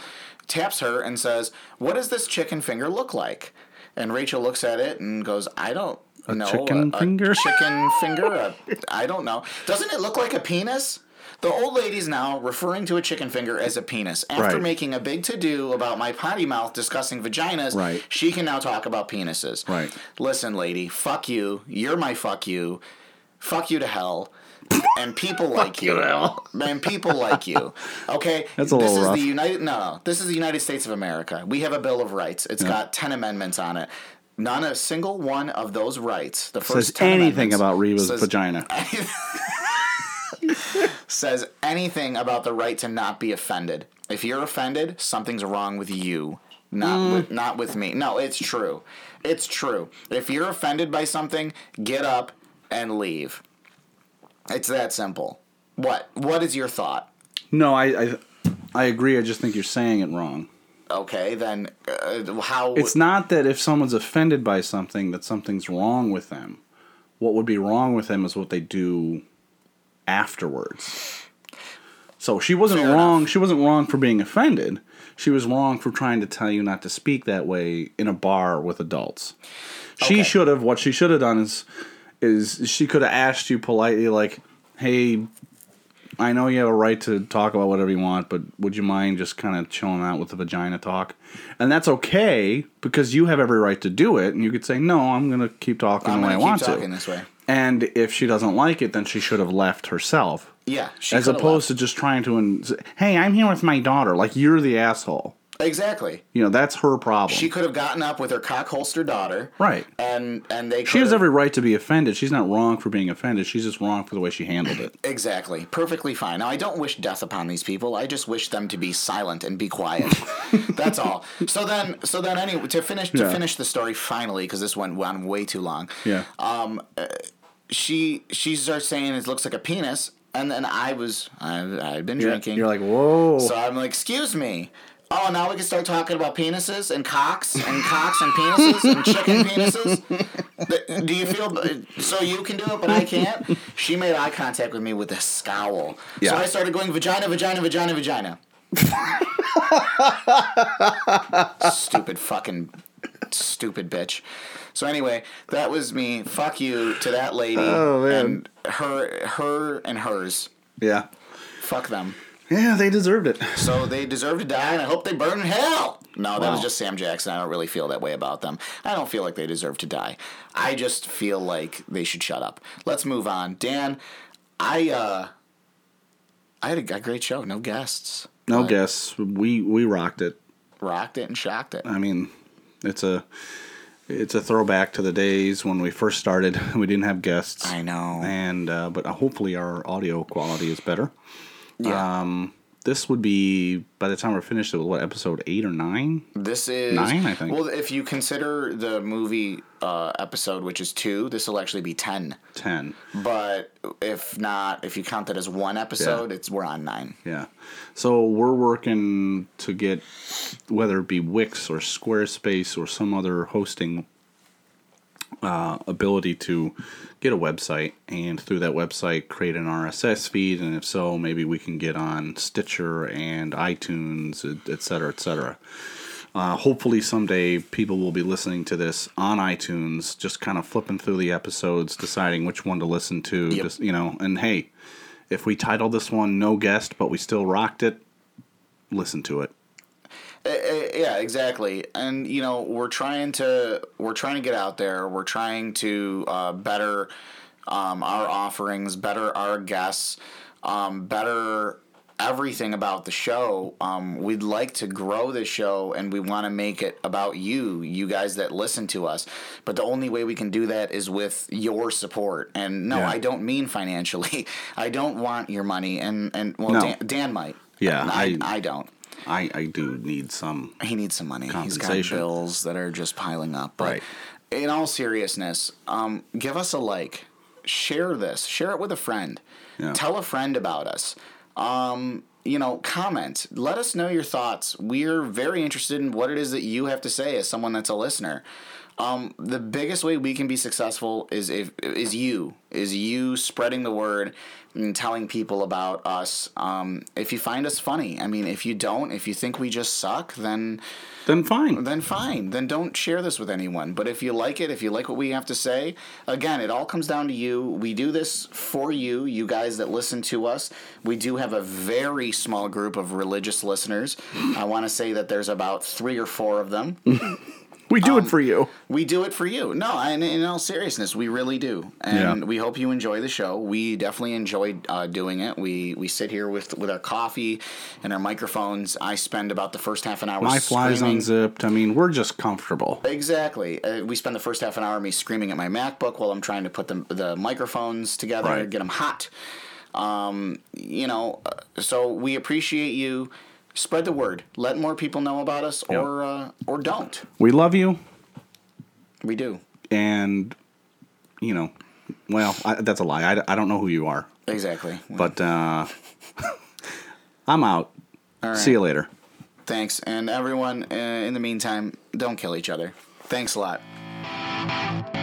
Speaker 2: taps her and says, What does this chicken finger look like? And Rachel looks at it and goes, I don't know.
Speaker 3: chicken
Speaker 2: a,
Speaker 3: finger?"
Speaker 2: A chicken finger? A, I don't know. Doesn't it look like a penis? The old lady's now referring to a chicken finger as a penis. After
Speaker 3: Right.
Speaker 2: making a big to do about my potty mouth discussing vaginas,
Speaker 3: Right.
Speaker 2: she can now talk about penises.
Speaker 3: Right.
Speaker 2: Listen, lady, fuck you. You're my fuck you. Fuck you to hell. And people like you. And people like you. Okay?
Speaker 3: That's a
Speaker 2: this
Speaker 3: little
Speaker 2: is
Speaker 3: rough.
Speaker 2: the United No, no. This is the United States of America. We have a Bill of Rights. It's got ten amendments on it. Not a single one of those rights. The first
Speaker 3: Says
Speaker 2: 10
Speaker 3: anything
Speaker 2: amendments
Speaker 3: about Reba's
Speaker 2: says-
Speaker 3: vagina.
Speaker 2: says anything about the right to not be offended. If you're offended, something's wrong with you, not
Speaker 3: Mm.
Speaker 2: with, not with me. No, it's true. It's true. If you're offended by something, get up and leave. It's that simple. What what is your thought?
Speaker 3: No, I, I I agree. I just think you're saying it wrong.
Speaker 2: Okay, then uh, how
Speaker 3: It's not that if someone's offended by something that something's wrong with them. What would be wrong with them is what they do afterwards. So she wasn't
Speaker 2: Fair
Speaker 3: wrong. She wasn't wrong for being offended. She was wrong for trying to tell you not to speak that way in a bar with adults. She
Speaker 2: Okay.
Speaker 3: should have. What she should have done is, is she could have asked you politely, like, "Hey, I know you have a right to talk about whatever you want, but would you mind just kind of chilling out with the vagina talk?" And that's okay because you have every right to do it, and you could say, "No, I'm going to keep talking
Speaker 2: I'm
Speaker 3: the way
Speaker 2: gonna
Speaker 3: I
Speaker 2: keep
Speaker 3: want
Speaker 2: talking
Speaker 3: to."
Speaker 2: this way.
Speaker 3: And if she doesn't like it, then she should have left herself,
Speaker 2: Yeah, she
Speaker 3: as
Speaker 2: coulda
Speaker 3: opposed to just trying to. And hey, I'm here with my daughter. Like you're the asshole.
Speaker 2: left. exactly.
Speaker 3: You know that's her problem.
Speaker 2: She could have gotten up with her cock holster daughter,
Speaker 3: right.
Speaker 2: and and they
Speaker 3: She has every right to be offended. She's not wrong for being offended. She's just wrong for the way she handled it.
Speaker 2: Exactly. Perfectly fine. Now, I don't wish death upon these people. I just wish them to be silent and be quiet. That's all. So then, so then, anyway, to finish to
Speaker 3: Yeah.
Speaker 2: finish the story finally, because this went on way too long.
Speaker 3: Yeah.
Speaker 2: She she starts saying it looks like a penis, and then I was I I'd been drinking.
Speaker 3: You're like, whoa.
Speaker 2: So I'm like, excuse me. Oh, now we can start talking about penises and cocks and cocks and penises and chicken penises. Th- Do you feel uh, so you can do it, but I can't? She made eye contact with me with a scowl.
Speaker 3: Yeah.
Speaker 2: So I started going vagina, vagina, vagina, vagina. stupid fucking stupid bitch. So anyway, that was me. Fuck you to that lady
Speaker 3: Oh, man.
Speaker 2: and her, her and hers.
Speaker 3: yeah.
Speaker 2: Fuck them.
Speaker 3: Yeah, they deserved it.
Speaker 2: So they deserve to die, and I hope they burn in hell. No, that was
Speaker 3: Wow.
Speaker 2: just Sam Jackson. I don't really feel that way about them. I don't feel like they deserve to die. I just feel like they should shut up. Let's move on. Dan, I uh, I had a, a great show. No guests.
Speaker 3: No guess. We we rocked it.
Speaker 2: Rocked it and shocked it.
Speaker 3: I mean, it's a it's a throwback to the days when we first started. We didn't have guests.
Speaker 2: I know.
Speaker 3: And uh, but hopefully our audio quality is better.
Speaker 2: Yeah.
Speaker 3: Um, This would be by the time we're finished. It was what episode eight or nine?
Speaker 2: this is
Speaker 3: nine, I think.
Speaker 2: Well, if you consider the movie uh, episode, which is two, this will actually be ten.
Speaker 3: Ten.
Speaker 2: But if not, if you count that as one episode, it's we're on nine.
Speaker 3: Yeah. So we're working to get whether it be Wix or Squarespace or some other hosting uh, ability to get a website and through that website create an RSS feed and if so maybe we can get on Stitcher and iTunes et et cetera et cetera. Uh, hopefully someday people will be listening to this on iTunes, just kind of flipping through the episodes, deciding which one to listen to.
Speaker 2: Yep.
Speaker 3: Just you know, and hey, if we title this one "No Guest," but we still rocked it, listen to it.
Speaker 2: Eh, yeah exactly and you know we're trying to we're trying to get out there we're trying to uh, better um, our offerings better our guests um, better everything about the show um, we'd like to grow the show and we want to make it about you you guys that listen to us but the only way we can do that is with your support and no
Speaker 3: Yeah.
Speaker 2: i don't mean financially i don't want your money and and well
Speaker 3: No.
Speaker 2: dan, dan might
Speaker 3: Yeah,
Speaker 2: I,
Speaker 3: I-
Speaker 2: I don't
Speaker 3: I I do need some.
Speaker 2: he needs some money. He's got
Speaker 3: Compensation.
Speaker 2: bills that are just piling up. But
Speaker 3: Right.
Speaker 2: in all seriousness, um, give us a like. Share this. Share it with a friend.
Speaker 3: Yeah.
Speaker 2: Tell a friend about us. Um, you know, comment. Let us know your thoughts. We're very interested in what it is that you have to say as someone that's a listener. Um, the biggest way we can be successful is if is you is you spreading the word and telling people about us. Um, if you find us funny, I mean, if you don't, if you think we just suck, then
Speaker 3: Then fine.
Speaker 2: then fine. Then don't share this with anyone. But if you like it, if you like what we have to say, again, it all comes down to you. We do this for you, you guys that listen to us. We do have a very small group of religious listeners. I want to say that there's about three or four of them.
Speaker 3: We do it for you.
Speaker 2: We do it for you. No, and in all seriousness, we really do. And
Speaker 3: Yeah.
Speaker 2: we hope you enjoy the show. We definitely enjoyed uh, doing it. We we sit here with with our coffee and our microphones. I spend about the first half an hour.
Speaker 3: My fly's
Speaker 2: screaming.
Speaker 3: unzipped. I mean, we're just comfortable.
Speaker 2: Exactly. Uh, we spend the first half an hour me screaming at my MacBook while I'm trying to put the, the microphones together,
Speaker 3: Right.
Speaker 2: get them hot. Um, you know, uh, so we appreciate you. Spread the word. Let more people know about us, or uh, or don't.
Speaker 3: We love you,
Speaker 2: We do.
Speaker 3: and you know, well, I, that's a lie. I, I don't know who you are,
Speaker 2: Exactly.
Speaker 3: but uh, I'm out. See you later.
Speaker 2: Thanks, and everyone. Uh, in the meantime, don't kill each other. Thanks a lot.